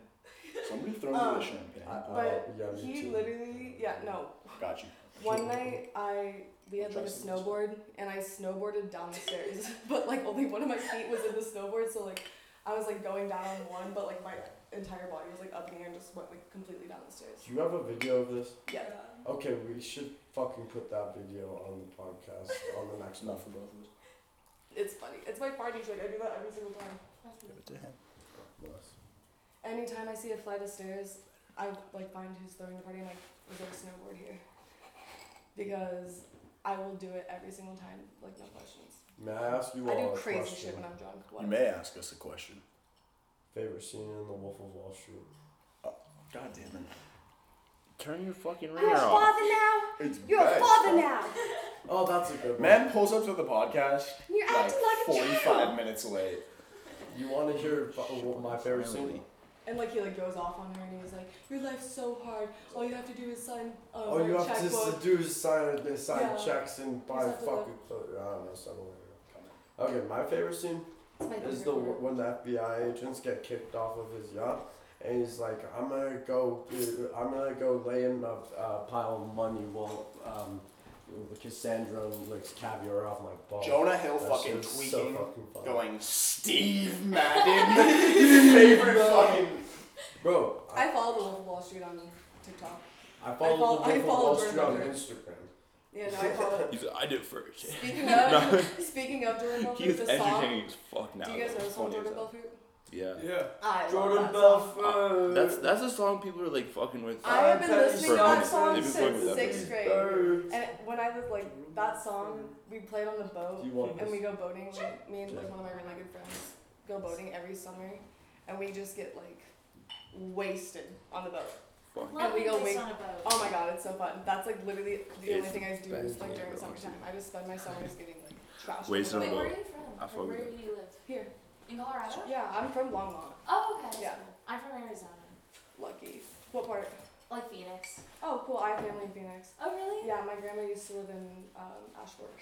S2: Somebody throw me
S3: Um,
S2: the champagne.
S5: I- I-
S3: But
S5: Oh, yeah, me
S3: he
S5: too.
S3: literally, yeah, no,
S2: Got you.
S3: One night I we had like a
S2: Trust me.
S3: snowboard and I snowboarded down the stairs, but like only one of my feet was in the snowboard, so like I was like going down on one, but like my entire body was like up in the air and just went like completely down the stairs.
S5: Do you have a video of this?
S3: Yeah.
S5: Okay, we should fucking put that video on the podcast on the next one.
S2: Enough for both of us.
S3: It's funny. It's my party trick. I do that every single time. Anytime I see a flight of stairs, I like find who's throwing the party and like is there a snowboard here? Because I will do it every single time, like no questions.
S5: May I ask you all
S3: I
S5: a
S3: do crazy
S5: question?
S3: shit when I'm drunk. What?
S2: You may ask us a question.
S5: Favorite scene in The Wolf of Wall Street?
S2: God damn
S1: Turn your fucking ringer off.
S8: now.
S2: it. It's
S8: You're a
S2: best.
S8: father now.
S5: Oh, that's a good one.
S2: Man pulls up to the podcast
S8: You're
S2: like
S8: acting like a
S2: 45
S8: child.
S2: minutes late.
S5: You want to hear fu- what my favorite scene?
S3: And like he like goes off on her and he's like, "Your life's so hard. All you have to do is sign uh,
S5: All Oh, you
S3: a
S5: have to
S3: checkbook."
S5: s- do is sign, they sign
S3: Yeah.
S5: checks and buy
S3: Just have to
S5: fucking. clothes. I don't know, something like that. Okay, my favorite scene
S3: It's my
S5: is
S3: favorite
S5: the
S3: part.
S5: when the FBI agents get kicked off of his yacht, and he's like, "I'm gonna go, uh, I'm gonna go lay in a uh, pile of money while um, Cassandra licks caviar off my balls."
S2: Jonah Hill
S5: Oh, That
S2: fucking
S5: shit's so
S2: tweaking,
S5: fucking funny.
S2: going, Steve Madden, your favorite fucking.
S5: Bro, I,
S3: I follow the Wolf of Wall Street on TikTok.
S5: I followed
S3: follow- I
S5: the Wolf of Wall
S3: followed
S5: Street on
S3: Jordan
S5: Instagram.
S3: Yeah, no, I follow.
S1: He's like, I did first.
S3: speaking of speaking of Jordan
S1: He
S3: Belfort,
S1: was
S3: the song.
S1: entertaining as fuck now.
S3: Do you guys
S1: though.
S3: know the
S1: It's
S3: song
S1: funny as
S3: Jordan
S1: hell.
S3: Belfort?
S1: Yeah. uh,
S6: Yeah.
S3: I love
S5: Jordan
S3: that song.
S5: Belfort.
S1: That's that's a song people are like fucking with.
S3: I have been
S5: Five
S3: listening to that
S1: pennies for a
S3: song
S1: minute. They've been playing with
S3: since
S1: that
S3: sixth grade. And when I was like that song, we played on the boat,
S5: Do you want
S3: and we
S5: this?
S3: go boating. Like, me and like one of my really good friends go boating every summer, and we just get like wasted on the boat.
S1: Fuck.
S4: Love
S3: we go
S4: based
S3: wait-
S4: on a boat.
S3: Oh my god, it's so fun. That's like literally the only
S1: It's
S3: thing I do
S1: best
S3: is like
S1: thing
S3: during
S1: ever,
S3: summertime.
S1: honestly.
S3: I just spend my summers getting like trashed.
S1: Wasted
S3: on
S1: on
S3: the
S1: a
S4: Wait,
S3: boat.
S1: boat.
S4: where are you from?
S1: I
S4: Like,
S1: fuck
S4: where
S1: with
S4: do you live?
S3: Here,
S4: In Colorado?
S3: yeah, I'm from Longmont.
S4: Oh, okay. that's
S3: Yeah.
S4: cool. I'm from Arizona.
S3: Lucky. What part?
S4: Like Phoenix.
S3: Oh, cool. I have family in Phoenix.
S4: Oh, really?
S3: Yeah, my grandma used to live in um, Ashford.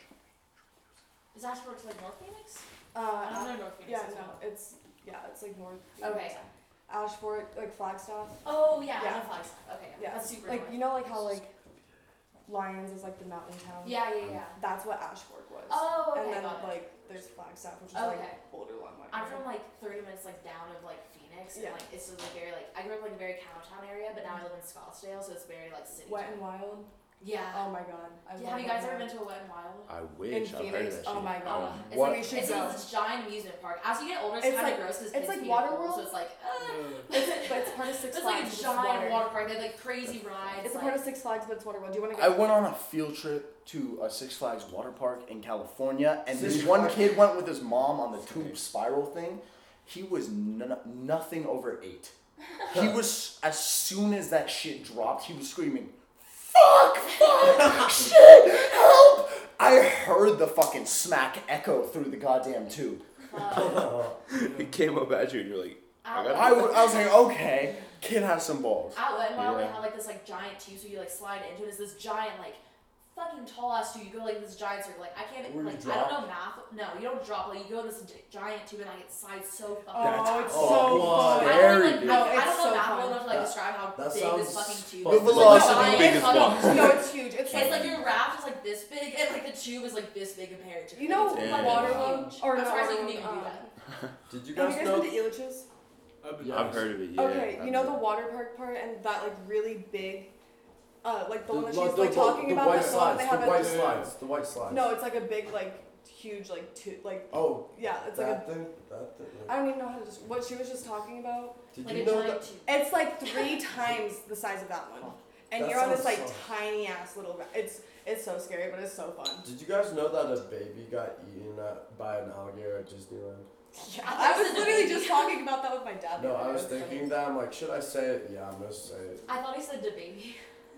S4: Is Ashbrook's like North Phoenix? I don't
S3: Uh,
S4: know North Phoenix.
S3: yeah,
S4: as well.
S3: no, it's yeah, it's like north.
S4: Oh, Okay.
S3: Ashford, like Flagstaff.
S4: Oh, yeah,
S3: Yeah.
S4: I know Flagstaff. Okay, yeah.
S3: Yeah,
S4: That's super
S3: like
S4: north.
S3: you know, like how like Lyons is like the mountain town.
S4: Yeah, yeah, yeah.
S3: That's what Ashford was.
S4: Oh, okay.
S3: um, and then
S4: got it.
S3: like there's Flagstaff, which is
S4: Okay.
S3: like older Longmont.
S4: I'm from like 30 minutes like down of like Phoenix, and
S3: Yeah.
S4: like it's just like very like I grew up like a very cowtown area, but now I live in Scottsdale, so it's very like city.
S3: Wet
S4: town.
S3: and Wild.
S4: yeah.
S3: Oh my God. I
S4: yeah. Have you guys ever been to a Wet and Wild?
S1: I
S3: in
S1: wish. I've heard of
S3: Phoenix?
S1: that
S3: Oh
S1: shit.
S3: my God.
S1: Um,
S4: It's
S1: what-
S4: like,
S3: We should
S4: it's
S3: go.
S4: like this giant amusement park. As you get older, it's,
S3: It's
S4: kind
S3: like-
S4: of gross because
S3: it's
S4: kids
S3: like
S4: pee in the pool,
S3: Waterworld?
S4: so it's like uh,
S3: But it's part of Six
S4: it's
S3: Flags.
S4: like
S3: it's
S4: a giant
S3: water.
S4: water park. They have like crazy rides.
S3: It's a
S4: like,
S3: part of Six Flags, but it's water world. Do you want to
S2: I
S3: go?
S2: went on a field trip to a Six Flags water park in California, and this
S5: Six
S2: one
S5: Flags.
S2: kid went with his mom on the tube spiral thing. He was n- nothing over eight. He was as soon as that shit dropped, he was screaming, "Fuck! Fuck! shit! Help!" I heard the fucking smack echo through the goddamn tube.
S4: um,
S1: It came up at you and you're like, I
S4: Out-
S1: gotta-
S2: I wa- I was like, "Okay, kid has some balls."
S4: At Wet n Wild, they
S1: Yeah.
S4: have like this like giant tube, so you like slide into it. It's this giant like fucking tall ass tube. You go like this giant circle. Like I can't
S5: Where you
S4: like I
S5: drop?
S4: don't know math. No, you don't drop. Like you go in this gi- giant tube and like it slides so fucking. fast.
S3: Oh, it's
S5: Oh,
S3: so
S5: wow.
S3: fun.
S4: I don't, like,
S1: dude.
S4: I, I
S3: No,
S4: don't
S3: it's
S4: know
S3: so
S4: math well
S3: fun.
S4: enough to like
S5: That-
S4: describe how
S5: that
S4: big
S5: sounds
S4: this fucking tube
S5: fun.
S4: is.
S1: The
S4: It's
S1: velocity
S4: giant
S1: big as
S4: fucking
S1: fuck.
S4: tube.
S3: No, it's huge. It's
S4: It's
S3: like
S4: like your raft is like this big, and like the tube is like this big compared to. it.
S3: you know
S4: It's
S1: Damn.
S3: water
S4: fucking
S3: world
S4: huge.
S3: or
S4: I'm
S3: not
S4: surprised you
S3: Waterworld,
S4: can even do
S3: um,
S4: that.
S5: Did you
S3: Have
S5: guys
S3: you guys
S5: know?
S3: been to Elitch's?
S6: I've been
S5: Yeah.
S1: I've heard of it. Yeah.
S3: Okay, you
S1: I've
S3: know
S1: heard-
S3: the water park part and that like really big, uh, like the,
S5: The-
S3: one that
S5: like,
S3: she's
S5: the
S3: like
S5: wa-
S3: talking
S5: the
S3: about,
S5: white
S3: like the one
S5: slides,
S3: they
S5: the
S3: have
S5: white
S3: at
S5: slides, the white slides.
S3: no, it's like a big like huge like two like
S5: Oh,
S3: yeah, it's like
S5: that
S3: a
S5: thing, that thing.
S3: I don't even know how to just what she was just talking about.
S5: Did
S4: Like
S5: you
S4: a
S5: know
S4: giant
S5: that?
S4: tube.
S3: It's like three times the size of that one, and
S5: That
S3: you're on this
S5: sounds
S3: like
S5: so-
S3: tiny ass little. Ra- it's it's so scary, but it's so fun.
S5: Did you guys know that a baby got eaten at, by an alligator at Disneyland?
S3: Yeah,
S4: I
S3: I
S4: was
S3: was literally
S4: debating.
S3: just talking about that with my dad. the
S5: No,
S3: other
S5: I
S3: day.
S5: was
S3: It funny.
S5: thinking that. I'm like, should I say it? Yeah, I'm gonna say it.
S4: I thought he said the baby.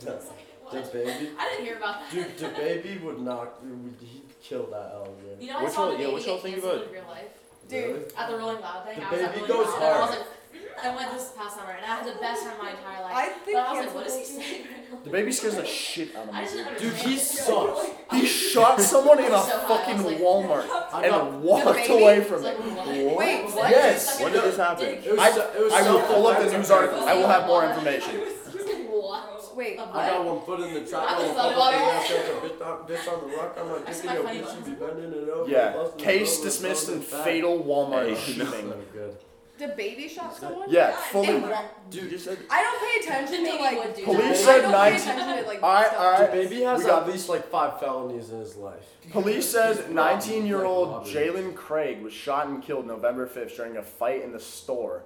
S5: The,
S4: It's like,
S5: the
S4: what?
S5: baby,
S4: I didn't hear about that.
S5: dude, the baby would knock. would- He'd kill that alligator.
S4: You know, I
S1: What
S4: saw
S1: y'all-
S4: the
S1: yeah,
S4: baby
S1: what y'all
S4: get
S1: think
S4: canceled
S1: about
S4: in real life.
S3: Dude.
S5: Really?
S4: at the Rolling Loud thing.
S5: The
S4: I was at
S5: baby
S4: Rolling
S5: goes
S4: Loud, and I
S5: hard.
S4: was like, "Mm," I went this past summer, and I had the best time of my entire life.
S3: I think
S4: but I was like,
S3: cancel
S4: what is he
S3: culture-
S4: saying right now?
S2: The baby scares the shit out of
S4: I
S2: me.
S4: just
S2: dude.
S4: didn't
S5: Dude,
S4: understand.
S5: he sucks.
S2: He shot someone in a
S4: So high, I
S2: fucking
S4: was like-
S2: Walmart
S5: I got-
S2: and walked
S3: baby?
S2: away
S4: It's
S2: from
S4: like,
S2: it.
S4: what?
S3: Wait, what?
S5: Yes.
S1: When did this happen?
S5: It was,
S2: I-
S5: so- it was
S2: I will pull up the
S5: self-defense
S2: news
S5: at
S2: article.
S5: first.
S2: I will have more information.
S4: I was like, what?
S3: wait.
S4: Of
S5: I got
S4: what?
S5: one foot in the trap.
S4: I
S5: I'm
S4: was
S5: gonna
S4: like,
S5: fucking ass bitch on the rock. I'm like,
S4: I said
S5: thinking
S4: my
S5: your
S4: funny bone.
S5: bitch should be bending it over.
S2: Yeah.
S5: busting it
S2: Case
S5: over,
S2: dismissed
S5: throwing
S2: in
S5: it back.
S2: fatal Walmart
S1: Hey,
S5: That's
S2: shooting.
S5: so good.
S3: Did baby shot someone?
S2: Yeah,
S3: God
S2: fully-
S3: damn it.
S1: Dude, you said
S3: I don't pay attention to
S4: Maybe
S3: like.
S4: would do
S2: Police
S4: that.
S2: said
S3: I don't pay
S2: 19
S3: attention to like.
S2: I-
S3: stuff.
S2: I-
S5: Dude, baby has
S2: we got-
S5: at least like five felonies in his life.
S2: Police says
S5: He's
S2: 19 year old
S5: probably-
S2: Jalen Craig was shot and killed November 5th during a fight in the store.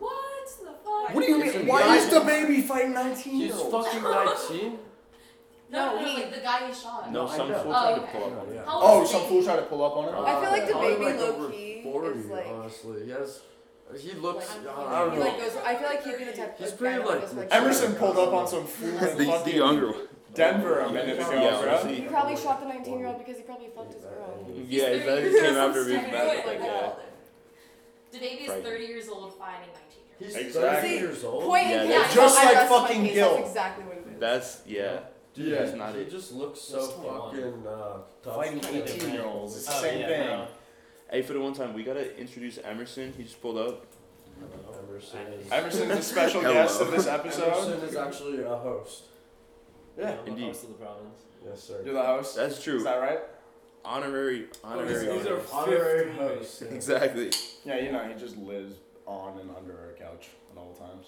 S4: What the fuck?
S2: What do you
S5: It's
S2: mean?
S5: a
S2: Why
S5: guy-
S2: is the baby fighting 19 year
S5: He's
S2: olds?
S5: fucking
S4: No,
S5: 19.
S3: No,
S4: no, no,
S3: he-
S4: like the guy you shot.
S1: no.
S5: No, I
S1: Some
S5: know.
S1: fool
S4: Oh,
S1: tried to
S4: okay.
S1: pull up on
S5: Yeah.
S1: it.
S2: Oh,
S4: shit.
S2: some fool tried to pull up on him?
S3: I feel like the
S5: Probably,
S3: baby
S5: over
S3: low-key
S5: 40,
S3: is, like-
S5: honestly. He has. He looks.
S4: Like,
S5: I don't
S3: He
S5: know.
S3: like goes. I feel like he'd be the type.
S5: He's
S3: of
S5: pretty,
S3: guy that
S5: like,
S3: goes, like.
S2: Emerson pulled up on some fool in
S1: The, the
S2: fucking
S1: younger one.
S2: Denver a minute ago,
S1: Yeah,
S2: bro.
S1: honestly.
S3: He probably shot the 19 year old because he probably fucked his girl.
S1: Yeah,
S4: He's
S1: is that
S4: 30
S1: it came
S4: years
S1: after
S4: old,
S1: we
S4: so
S1: met? Like,
S4: he's "Oh
S1: yeah.
S4: older. The baby is
S1: Right.
S4: 30 years old finding 19 years
S5: He's
S2: Exactly.
S5: 30 years old.
S3: Point
S1: Yeah,
S3: and
S1: yeah.
S3: case,
S2: Just
S3: I
S2: like
S3: rest my
S2: fucking
S3: case,
S2: Gil.
S3: That's exactly what it is.
S1: That's yeah.
S5: Dude,
S1: Yeah.
S5: he's not
S1: He
S5: it. just looks so
S8: He's 21.
S5: fucking uh, tough.
S2: Fighting
S8: Kinda
S2: 18 year olds. It's the
S8: Oh,
S2: same
S8: yeah,
S2: thing.
S8: no.
S1: Hey, for the one time we gotta introduce Emerson. He just pulled up.
S5: Emerson is,
S2: Emerson's a special
S1: Hello.
S2: guest of this episode.
S5: Emerson is actually a host.
S2: Yeah,
S8: I'm the
S1: indeed.
S8: host of the province.
S5: Yes, sir.
S2: You're the host.
S1: That's
S2: Is
S1: true.
S2: that right?
S1: Honorary,
S6: These
S1: honorary.
S6: these
S1: owner.
S6: are
S5: Honorary
S6: fifth
S5: host. yeah.
S1: Exactly.
S2: Yeah, you know, he just lives on and under our couch at all times.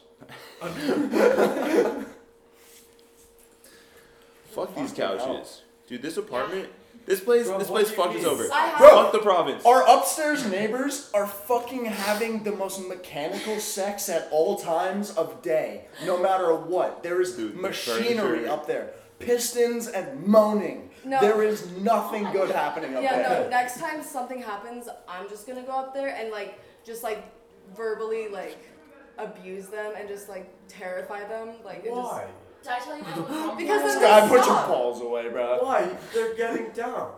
S1: Fuck these
S2: Fucking hell.
S1: couches, dude. This apartment, this place,
S5: Bro,
S1: this
S5: what
S1: place
S5: do you
S1: fucked us
S5: mean?
S1: over.
S3: I have.
S2: Bro.
S1: Fuck the province.
S2: Our upstairs neighbors are fucking having the most mechanical sex at all times of day, no matter what. There is
S1: Dude, the
S2: machinery
S1: furniture.
S2: up there, pistons and moaning.
S3: No.
S2: There is nothing good happening up
S3: Yeah,
S2: there.
S3: no. Next time something happens, I'm just gonna go up there and like just like verbally like abuse them and just like terrify them. Like it just
S5: Why?
S4: old. Did I tell you about the problem?
S3: Because
S4: was?
S3: of
S2: God, put your
S3: Stop.
S2: balls away, bro.
S5: Why? They're getting down.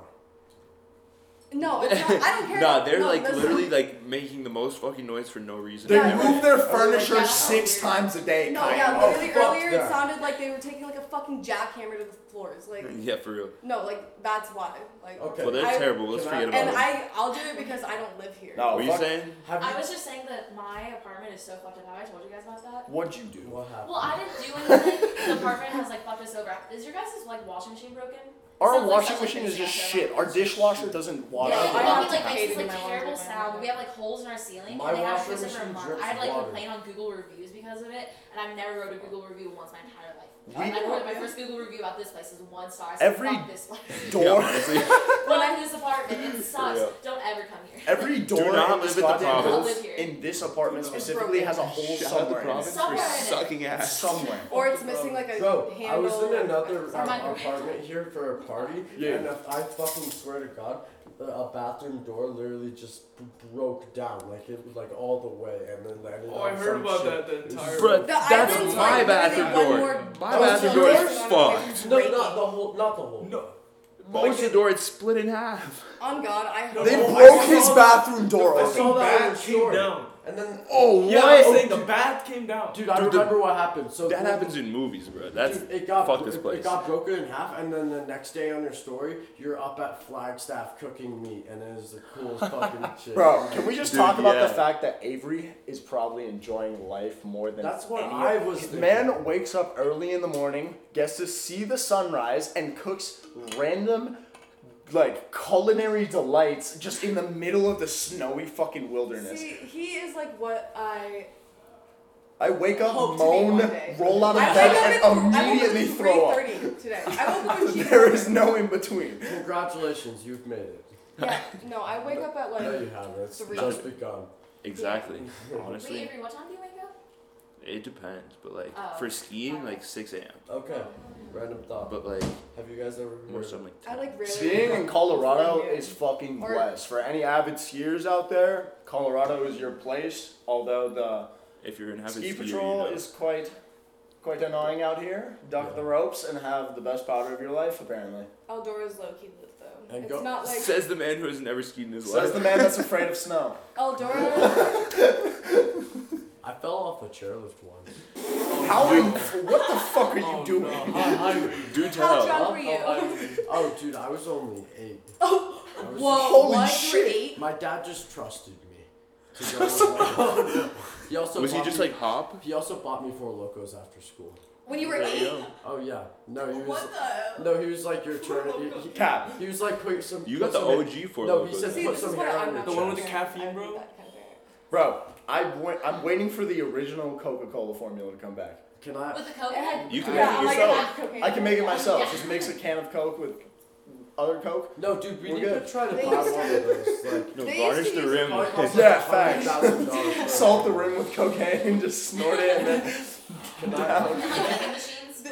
S3: no, it's not, I don't care.
S1: Nah,
S3: that-
S1: they're
S3: no,
S1: like
S3: that's-
S1: literally like making the most fucking noise for no reason.
S2: They
S3: Yeah.
S2: move their furniture
S4: Yeah.
S2: six times a day,
S3: No,
S2: kind
S3: yeah,
S2: of.
S3: literally
S5: fuck
S3: earlier it
S5: that.
S3: sounded like they were taking like a fucking jackhammer to the floors. Like
S1: Yeah, for real.
S3: no, like that's why. Like
S5: Okay.
S1: Well, they're
S3: I-
S1: terrible. Let's
S5: Can I-
S1: forget about
S3: and
S1: them.
S3: I I'll do it because I don't live here.
S2: No,
S1: what are you
S2: fuck-
S1: saying?
S5: Have
S4: I
S5: you?
S4: was just saying that my apartment is so fucked up. Have I told you guys about that?
S2: What'd you do?
S5: What happened?
S4: Well, I didn't do anything. the apartment has like fucked us over. Is your guys' like washing machine broken?
S2: Our
S4: Sounds like
S2: washing
S4: something
S2: machine is just
S4: that's
S2: shit. Our dishwasher doesn't wash.
S3: Yeah,
S2: it.
S4: Yeah,
S3: I
S4: I
S3: have
S4: like
S3: to pay
S4: makes this
S3: to
S4: like
S3: do my
S4: terrible
S3: laundry.
S4: sound. We have like holes in our ceiling,
S5: My
S4: and they haven't
S5: washing
S4: fixed it for a
S5: machine
S4: month.
S5: drips
S4: I had like
S5: water.
S4: complained on Google reviews because of it, and I've never wrote a Google review once my entire life.
S2: We-
S4: I wrote my first Google review about this place is one star. So
S2: Every
S4: fuck this place.
S1: Yeah,
S2: Door.
S1: honestly.
S4: When I this apartment, it sucks.
S1: Yeah.
S4: Don't ever come here.
S2: Every door
S1: not
S2: in this
S1: live at the
S2: goddamn
S4: province.
S2: house,
S4: Live here.
S2: in this apartment
S3: It's
S2: specifically
S3: broken.
S2: has a hole
S1: Shout out the
S2: somewhere. in it.
S1: province for
S4: Somewhere in it.
S1: sucking ass.
S2: Somewhere.
S3: Or it's missing like a
S5: Bro, I
S3: handle.
S5: was in another
S3: or
S5: uh,
S4: my-
S5: apartment here for a party,
S2: Yeah.
S5: and if I fucking swear to God, the- a bathroom door literally just b- broke down, like it was like all the way, and then landed
S6: Oh,
S5: on
S6: I heard
S5: some
S6: about
S5: shit.
S6: that the entire.
S1: Bruh,
S3: The
S1: that's
S3: island's
S1: my
S3: like
S1: bathroom
S3: literally one
S1: door.
S3: more
S1: My
S3: door
S1: bathroom
S3: to
S1: door
S3: the
S1: is
S3: next one.
S1: fucked.
S5: No, not the whole, not the whole.
S6: No.
S1: Most of the door, it's split in half.
S3: On God, I hope.
S2: They
S6: No,
S4: Oh
S6: I
S2: broke
S6: saw
S2: his
S6: that.
S2: bathroom door
S5: I
S2: open.
S5: saw that on
S6: bath
S5: your
S6: came
S5: story.
S6: down.
S5: And then,
S1: Oh,
S6: Yeah, I was saying the bath came down.
S5: dude, I
S1: Dude, the-
S5: remember what happened. So
S1: That
S5: the-
S1: happens in movies, bro. That's
S5: Dude, it got
S1: fuck this
S5: it-
S1: place.
S5: It got broken in half, and then the next day on your story, you're up at Flagstaff cooking meat, and it is the coolest fucking shit.
S2: Bro, can we just
S1: Dude,
S2: talk about
S1: yeah.
S2: the fact that Avery is probably enjoying life more than
S5: That's what
S2: any-
S5: I was
S2: His
S5: thinking.
S2: man wakes up early in the morning, gets to see the sunrise, and cooks random like culinary delights just in the middle of the snowy fucking wilderness.
S3: See, he is like what I.
S2: I wake up,
S3: Hope to be
S2: moan,
S3: one day.
S2: roll out of
S3: I
S2: bed,
S3: wake up
S2: and
S3: at, I woke up
S2: immediately
S3: at
S2: throw up.
S3: 3:30 today. I woke up at
S2: There is no in between.
S5: Congratulations, you've made it.
S3: Yeah, no, I wake up at like.
S5: No, you haven't. It's
S3: Three.
S5: just begun.
S1: exactly.
S4: Wait,
S1: Honestly,
S4: Avery, what time do you wake up?
S1: it depends. But like
S4: Oh.
S1: for skiing, like 6 a.m.
S5: Okay, random thought.
S1: But like
S5: Have you guys ever
S1: more
S5: heard?
S1: so, I'm like.
S3: I
S1: 10.
S3: like really.
S2: Skiing in Colorado
S3: Yeah.
S2: is fucking
S3: Or-
S2: blessed. For any avid skiers out there, Colorado is your place. Although
S1: If you're in
S2: the
S1: heaven,
S2: ski
S1: uh,
S2: patrol is quite, quite annoying out here. Duck
S5: Yeah.
S2: the ropes and have the best powder of your life, apparently.
S3: Eldora's low key lit though.
S5: And
S3: it's
S5: go-
S3: not like
S1: Says the man who has never skied in his
S2: Says
S1: life.
S2: the man that's afraid of snow.
S3: Eldora.
S5: I fell off a chairlift once.
S2: How? Are you, what the fuck are you
S6: Oh,
S2: doing?
S6: no.
S5: I,
S1: Do
S3: How
S1: tell.
S3: drunk were you? Oh,
S5: I, oh, dude, I was only eight. I was-
S3: Whoa,
S2: Holy
S3: what? You were
S2: shit.
S3: eight?
S5: My dad just trusted me. To go with my- he also
S1: Was he
S5: bought
S1: just
S5: me-
S1: like hop?
S5: He also bought me four locos after school.
S3: When you were
S5: Yeah,
S3: eight?
S5: yeah. Oh yeah. No, he was.
S7: What the?
S5: No, he was like your turn. He, he,
S2: Cap.
S5: he was like put some.
S1: You got
S5: put
S1: the
S5: some hair-
S1: OG for
S5: No,
S1: logo.
S5: he said
S3: See,
S5: put
S3: this
S5: some
S3: is why
S5: hair
S3: I'm
S5: on your
S3: not
S6: The one with
S5: chest.
S6: the caffeine,
S3: I'd be
S6: bro?
S3: that kind of parent.
S2: Bro, I wa- I'm waiting for the original Coca-Cola formula to come back.
S5: Can I?
S4: With the coke?
S3: It had-
S1: You can
S3: yeah,
S1: make it
S3: I like
S2: yourself.
S3: that cocaine.
S2: I can make it myself. Just mix a can of Coke with other Coke.
S5: No, dude, we
S2: We're
S5: need
S2: good.
S5: to try to
S3: They
S5: buy
S3: used to-
S5: one of those. Like,
S1: No,
S3: They
S1: varnish
S3: used to
S1: the
S3: use
S1: rim.
S5: probably costs
S2: Yeah,
S5: like
S2: facts.
S5: $100,000.
S2: Salt the rim with cocaine and just snort it and then
S5: Can I?
S4: machines.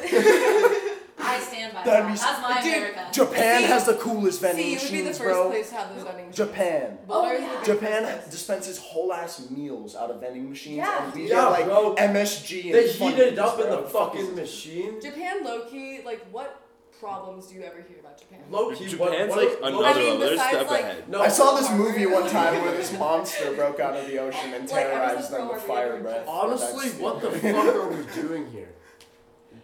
S4: I stand by
S2: That'd
S4: that.
S2: be s-
S4: That's my
S3: Dude,
S4: America.
S2: Japan
S3: See-
S2: has the coolest
S3: See,
S2: vending
S3: you would be the
S2: machines,
S3: first
S2: bro.
S3: place to have those vending machines.
S2: Japan.
S3: Bowlers
S4: yeah.
S3: would be the
S2: Japan
S3: first place.
S2: dispenses whole ass meals out of vending machines,
S3: Yeah.
S2: and we
S5: Yeah,
S2: get like
S5: bro.
S2: MSG and
S5: They
S2: Funyuns,
S5: heat it up in
S2: bro.
S5: the fucking machine.
S3: Japan, low key, like, what problems do you ever hear about Japan?
S5: Low key, what-
S1: Japan's like
S5: what- what-
S1: another
S3: I mean,
S1: one. They're a
S3: besides,
S1: step
S3: like-
S1: ahead.
S5: No,
S2: I saw this movie one time where this monster broke out of the ocean and
S3: Like, ever
S2: terrorized
S3: since
S2: them
S3: Pearl
S2: with
S3: Harbor,
S2: fire breath.
S5: Honestly,
S2: That's-
S5: what the fuck are we doing here?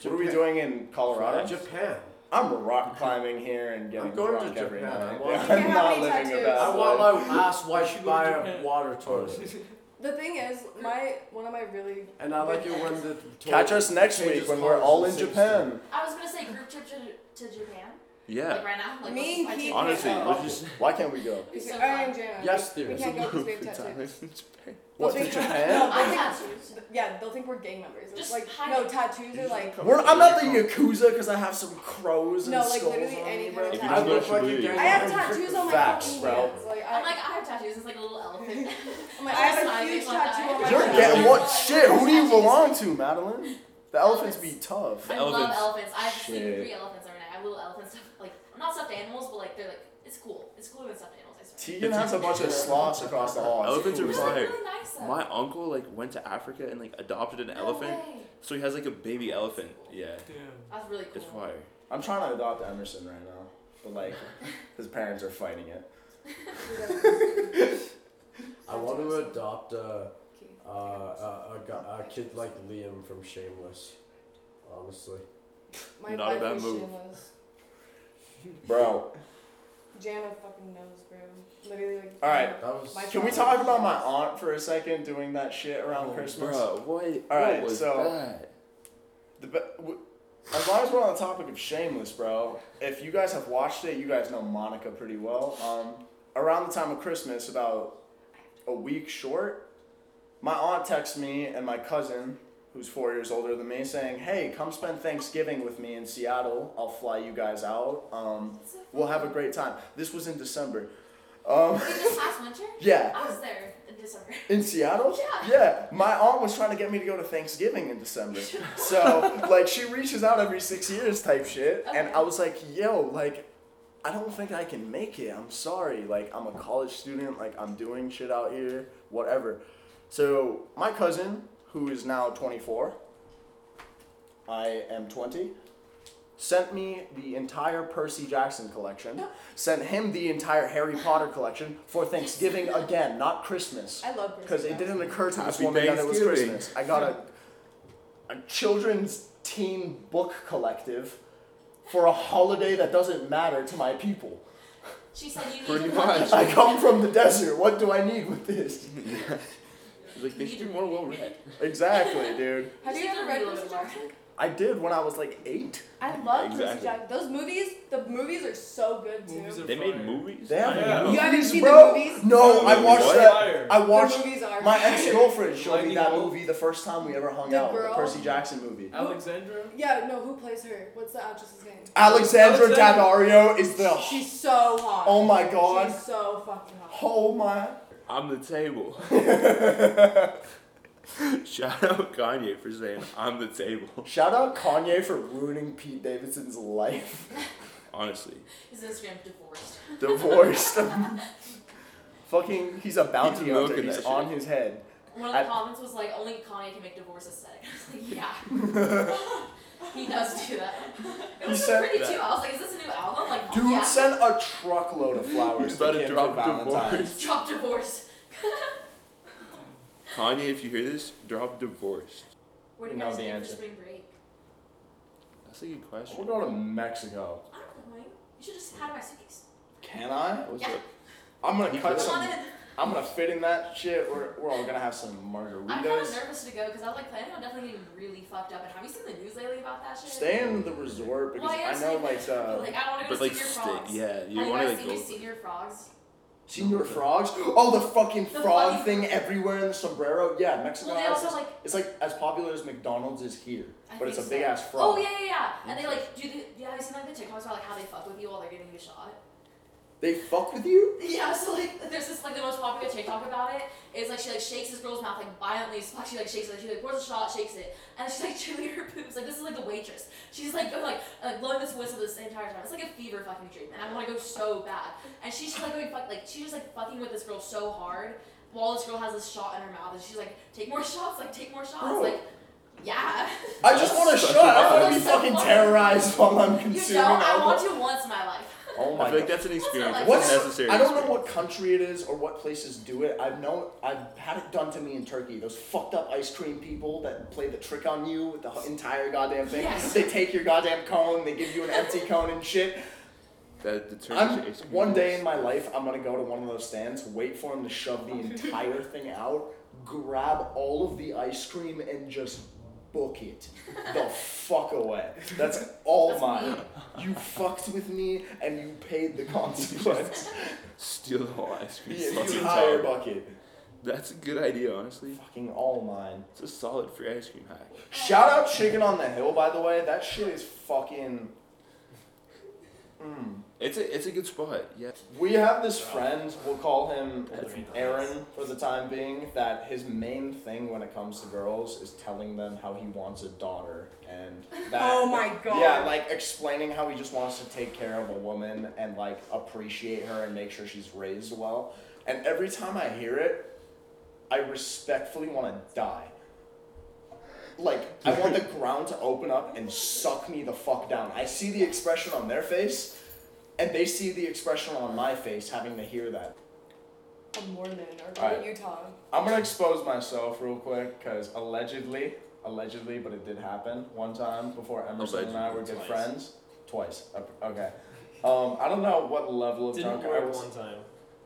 S2: What are we doing in Colorado?
S5: Japan.
S2: I'm rock climbing here and getting
S5: I'm going to
S2: drunk every
S5: Japan.
S2: night.
S5: I want- You
S2: I'm
S3: can't
S2: not
S3: have any
S2: living a
S3: tattoos.
S5: I
S2: bad
S5: want
S2: life.
S5: my ass wiped
S6: should go to
S5: by a
S6: Japan.
S5: water toilet.
S3: The thing is, my one of my really
S5: And I like it when the toilet
S2: Catch us next week
S5: changes
S2: when we're
S5: colors
S2: all
S5: at
S2: in
S5: the same
S2: Japan.
S4: I was gonna say group trip to, to Japan. Like
S1: Yeah.
S4: right now. Like,
S3: Me,
S4: what's my
S3: he-
S4: take?
S1: Honestly,
S3: Yeah.
S1: let's just.
S2: Why can't we go?
S4: It's so
S3: I
S4: fun.
S3: am Jana.
S5: Yes,
S3: we
S5: there
S3: can't
S5: is.
S3: go because we have
S1: Good time
S3: tattoos.
S1: in Japan.
S2: What
S3: They'll
S2: to
S3: think-
S2: Japan?
S4: I
S3: I think-
S4: have
S3: Yeah, they'll think we're gang members. It's
S4: Just
S3: like
S4: hide
S3: no
S4: it.
S3: tattoos are like
S2: We're, I'm not the yakuza because I have some crows and
S3: No, like,
S2: skulls
S3: literally
S2: on
S3: any
S2: me,
S3: kind
S2: bro.
S3: of If you
S5: I
S3: just
S1: go
S5: look
S1: to
S5: like a
S1: Shibuya,
S5: gang
S1: you-
S3: I have
S5: member.
S3: tattoos on my
S2: Facts,
S3: fucking
S2: bro.
S3: hands. Like I,
S4: I'm like, I have tattoos. It's like a little elephant.
S3: I'm like, I have a
S4: Smiling
S3: huge
S4: on that.
S3: tattoo on my
S4: You're
S2: You're
S3: chest.
S2: getting
S4: Yeah.
S2: what? Shit, who do you belong to, Madeline? The elephants be tough.
S4: I love
S1: Elephants.
S4: elephants. I have to sleep
S2: Shit.
S4: with three elephants every night. I have little elephants. Like, I'm not stuffed animals, but like, they're like, it's cool. It's cooler than stuffed animals, I swear.
S2: Tegan has a bunch of sloths across the hall. It's
S1: Elephants are
S2: cool.
S4: They're
S1: fire.
S4: really nice though.
S1: My uncle like went to Africa and like adopted an
S4: No
S1: elephant,
S4: way.
S1: so he has like a baby elephant. Yeah,
S6: Damn.
S4: That's really
S1: it's
S4: cool.
S1: fire.
S2: I'm trying to adopt Emerson right now, but like his parents are fighting it.
S5: I want to adopt uh, a, a, a, a, gu- a kid like Liam from Shameless. Honestly.
S3: My
S1: Not a
S3: life
S1: bad
S3: was
S1: move.
S3: shameless.
S2: Bro,
S3: Jana fucking knows, bro. Literally like.
S2: All right.
S5: That was.
S3: My
S2: can we talk about my aunt for a second doing that shit
S1: Oh,
S2: around Christmas?
S1: Bro, what?
S2: right,
S1: what was
S2: so-
S1: that?
S2: The be- w- as long as we're on the topic of Shameless, bro, if you guys have watched it, you guys know Monica pretty well. Um, around the time of Christmas, about a week short, my aunt texts me and my cousin, who's four years older than me, saying, "Hey, come spend Thanksgiving with me in Seattle. I'll fly you guys out. Um,
S4: It's so
S2: we'll
S4: fun.
S2: have a great time." This was in December. Um,
S4: Wait, this last winter?
S2: yeah,
S4: I was there in December.
S2: in Seattle.
S4: Yeah.
S2: Yeah, my aunt was trying to get me to go to Thanksgiving in December. So, like, she reaches out every six years type shit. And I was like, yo, like, I don't think I can make it. I'm sorry. Like, I'm a college student. Like, I'm doing shit out here, whatever. So, my cousin, who is now 24, I am 20, sent me the entire Percy Jackson collection, sent him the entire Harry Potter collection for Thanksgiving again, not Christmas.
S3: I love
S2: Because it didn't occur to this
S1: Happy
S2: woman that it was
S1: Thanksgiving.
S2: Christmas. I got a, a children's teen book collective for a holiday that doesn't matter to my people.
S4: She said you need
S1: Pretty
S4: to
S1: much.
S2: I come from the desert. What do I need with this?
S1: He's like, they should be more well read.
S2: Exactly, dude.
S3: Have you
S4: She's
S3: ever
S4: a
S3: read
S4: little
S3: Percy
S4: bit more.
S3: Jackson?
S2: I did when I was like eight.
S3: I love Percy
S1: Exactly.
S3: Jackson. Those movies, the movies are so good too.
S6: Movies are
S1: They made
S6: fire.
S1: movies.
S2: They have
S1: I
S6: Yeah.
S1: know.
S3: You haven't seen
S2: bro.
S3: the movies?
S2: No, I
S1: Wait,
S2: watched
S1: what?
S2: that. I watched.
S3: the movies are.
S2: My ex girlfriend showed me
S6: Lightning
S2: that
S6: Bolt.
S2: movie the first time we ever hung
S3: The
S2: out. The
S3: girl?
S2: Percy Jackson movie.
S6: Alexandra?
S3: Yeah, no, who plays her? What's the actress's name?
S2: Alexandra
S6: Alexandra-
S2: Daddario is the.
S3: She's so hot.
S2: Oh my god.
S3: She's so fucking hot.
S2: Oh my.
S1: I'm the table. Shout out Kanye for saying I'm the table.
S2: Shout out Kanye for ruining Pete Davidson's life.
S1: Honestly,
S4: His Instagram divorced.
S2: Divorced. Fucking, he's a bounty
S1: He's
S2: hunter.
S1: milking
S2: He's
S1: that
S2: on
S1: shit.
S2: his head.
S4: One of the
S2: I-
S4: comments was like, only Kanye can make divorce aesthetic. I was like, yeah. he does do that. It was
S2: He
S4: so
S2: said
S4: pretty
S1: that.
S4: too. I was like, is this a new album? Like,
S2: Dude
S4: yeah.
S2: sent a truckload of flowers
S1: He's
S2: to
S1: about to
S2: Kim for
S1: drop
S2: Valentine's.
S1: divorce.
S4: Drop divorce.
S1: Kanye, if you hear this, drop divorced.
S4: Where do you
S2: Not
S4: guys
S2: the
S4: go for
S2: answer.
S4: spring break?
S1: That's a good
S2: We're
S1: question.
S2: going to Mexico.
S4: I'm going. You should just have my suitcase.
S2: Can I?
S1: What's
S4: Yeah.
S1: up?
S2: I'm gonna
S1: You
S2: cut
S1: could.
S4: Come
S2: some.
S4: on in.
S2: I'm gonna fit in that shit. We're, we're all gonna have some margaritas.
S4: I'm kind of nervous to go because I was like planning on definitely getting really fucked up. And have you seen the news lately about that shit?
S2: Stay in the resort because
S4: Well, yeah,
S2: I know
S4: stay-
S2: like uh,
S4: like I don't want to
S1: But
S4: go
S1: like,
S4: senior
S1: stick,
S4: frogs.
S1: yeah, you
S4: Have
S1: want to
S4: guys
S1: like
S4: seen
S1: go.
S4: your senior frogs?
S2: senior frogs. Oh, the fucking
S4: The
S2: frog
S4: fucking-
S2: thing everywhere in the sombrero. Yeah, Mexico
S4: Well, they
S2: has
S4: also,
S2: this-
S4: like-
S2: it's like as popular as McDonald's is here,
S4: I
S2: but it's a
S4: think
S2: big
S4: so.
S2: ass frog.
S4: Oh yeah, yeah, yeah. And they like do the yeah. Have you seen like the TikToks about like how they fuck with you while they're getting you shot?
S2: They fuck with you.
S4: Yeah, so like there's this like the most popular TikTok about it is like she like shakes this girl's mouth like violently, so she like shakes it, like, she like pours a shot, shakes it, and she's like chewing her boobs. Like this is like the waitress. She's like going like like blowing this whistle this entire time. It's like a fever fucking dream, and I want to go so bad. And she's just like going fuck like she's just like fucking with this girl so hard while this girl has this shot in her mouth, and she's like take more shots, like take more shots,
S2: Bro.
S4: like yeah.
S2: I just want a
S1: such a
S2: shot. I want
S4: vibe.
S2: to be fucking terrorized while I'm
S4: you
S2: consuming
S4: know I
S2: alcohol.
S4: want to once in my life.
S2: Oh
S1: I
S2: my
S1: feel like
S2: god.
S1: that's an experience.
S4: like-
S1: That's
S2: What's
S1: a necessary.
S2: I don't know
S1: experience.
S2: what country it is or what places do it. I've known I've had it done to me in Turkey. Those fucked up ice cream people that play the trick on you with the whole- entire goddamn thing.
S4: Yes.
S2: They take your goddamn cone, they give you an empty cone and shit.
S1: That determines
S2: I'm
S1: your experience.
S2: one day in my life I'm gonna go to one of those stands, wait for them to shove the entire thing out, grab all of the ice cream and just book it the fuck away. That's all
S4: That's
S2: mine.
S4: me.
S2: You fucked with me and you paid the consequence.
S1: steal the whole ice cream.
S2: Yeah,
S1: slice.
S2: the entire bucket.
S1: That's a good idea, honestly.
S2: Fucking all mine.
S1: It's a solid free ice cream hack.
S2: Shout out Chicken on the Hill, by the way. That shit is fucking. Mm.
S1: It's a it's a good spot. Yeah.
S2: We have this friend, we'll call him Aaron for the time being, that his main thing when it comes to girls is telling them how he wants a daughter. And that.
S7: Oh my God.
S2: Yeah, like explaining how he just wants to take care of a woman and like appreciate her and make sure she's raised well. And every time I hear it, I respectfully want to die. Like, I want the ground to open up and suck me the fuck down. I see the expression on their face, and they see the expression on my face having to hear that.
S3: A Mormon or from
S2: Alright.
S3: Utah.
S2: I'm gonna expose myself real quick because allegedly, allegedly, but it did happen one time before Emerson and I were good
S8: Allegedly, twice.
S2: friends. Twice. O- Okay. Um, I don't know what level of
S8: Didn't
S2: drunk I
S8: work
S2: was.
S8: one time.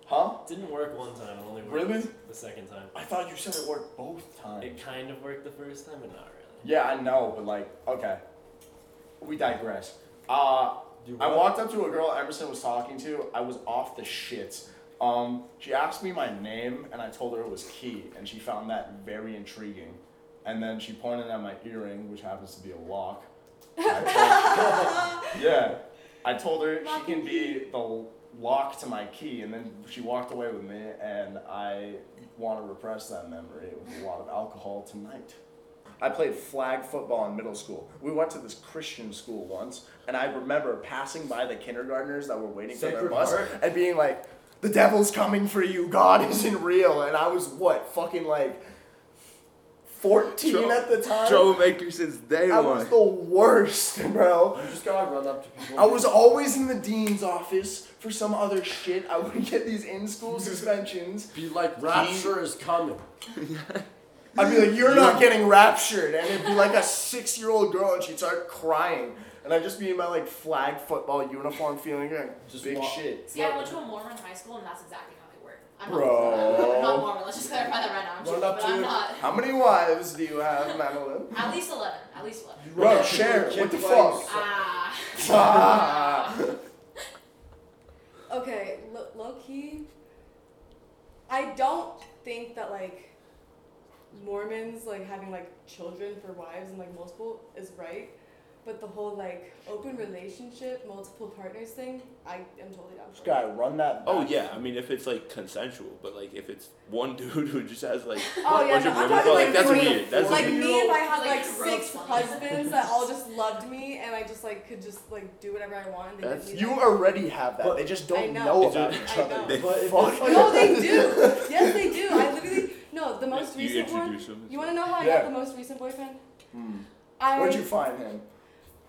S2: Huh?
S8: Didn't work one time. it Only worked
S2: Really?
S8: the second time.
S2: I thought you said it worked both times.
S8: It kind of worked the first time, but not really.
S2: Yeah, I know, but like, okay. We digress. Uh,
S5: Do
S2: I
S5: what?
S2: walked up to a girl Emerson was talking to. I was off the shits. Um, she asked me my name, and I told her it was Key, and she found that very intriguing. And then she pointed at my earring, which happens to be a lock. I told- yeah, I told her she can be the lock to my key, and then she walked away with me, and I want to repress that memory with a lot of alcohol tonight. I played flag football in middle school. We went to this Christian school once, and I remember passing by the kindergartners that were waiting for their
S5: Sacred
S2: bus
S5: Heart?
S2: and being like, "The devil's coming for you. God isn't real." And I was what, fucking like, fourteen
S1: Trouble-
S2: at the time.
S1: Troublemaker since day
S2: I
S1: one.
S2: was the worst, bro.
S5: You just gotta run up to people.
S2: I was always in the dean's office for some other shit. I would get these in-school suspensions.
S5: be like, rapture is coming.
S2: I'd be like, "You're not getting raptured," and it'd be like a six-year-old girl, and she'd start crying, and I'd just be in my like flag football uniform, feeling like
S5: Just
S2: big
S5: wa-
S2: shit.
S4: See, I went to a Mormon high school, and that's exactly how they work. I'm
S2: Bro.
S4: not, I'm not Mormon. Let's just clarify that right now. I'm
S5: Run
S4: joking,
S5: up
S4: but
S5: to
S4: I'm
S5: you.
S4: not.
S2: How many wives do you have, Madeline?
S4: At least eleven. At least eleven.
S5: You
S2: Bro,
S5: run up to
S2: share.
S5: people,
S2: What the
S5: kick
S2: fuck?
S5: legs.
S4: Ah.
S2: Ah.
S3: Okay, lo- low key, I don't think that like Mormons like having like children for wives and like multiple is right, but the whole like open relationship, multiple partners thing, I am totally down for.
S2: Guy, run that.
S1: Oh
S2: back.
S1: yeah, I mean if it's like consensual, but like if it's one dude who just has like
S3: Oh yeah,
S1: bunch
S3: no,
S1: of
S3: I'm
S1: women,
S3: talking
S1: but, like,
S3: like
S1: that's
S3: three-
S1: weird. That's
S3: like
S1: weird.
S3: me if I had
S4: Like,
S3: like
S4: gross
S3: six
S4: ones.
S3: husbands that all just loved me and I just like could just like do whatever I want. And they
S1: That's-
S3: didn't need
S2: You
S3: that.
S2: already have that.
S5: But-
S2: they just
S3: I
S2: don't
S3: know.
S2: know
S1: They
S2: about
S1: just-
S2: each
S3: I
S2: other.
S3: know.
S1: They
S5: But if it's
S2: Fuck.
S5: like-
S3: No, they do. Yes, they do. I literally no. The most
S1: you,
S3: recent one.
S1: introduce him.
S3: You want to know how I
S2: Yeah.
S3: got the most recent boyfriend?
S2: Hmm.
S3: I
S2: Where'd you find him?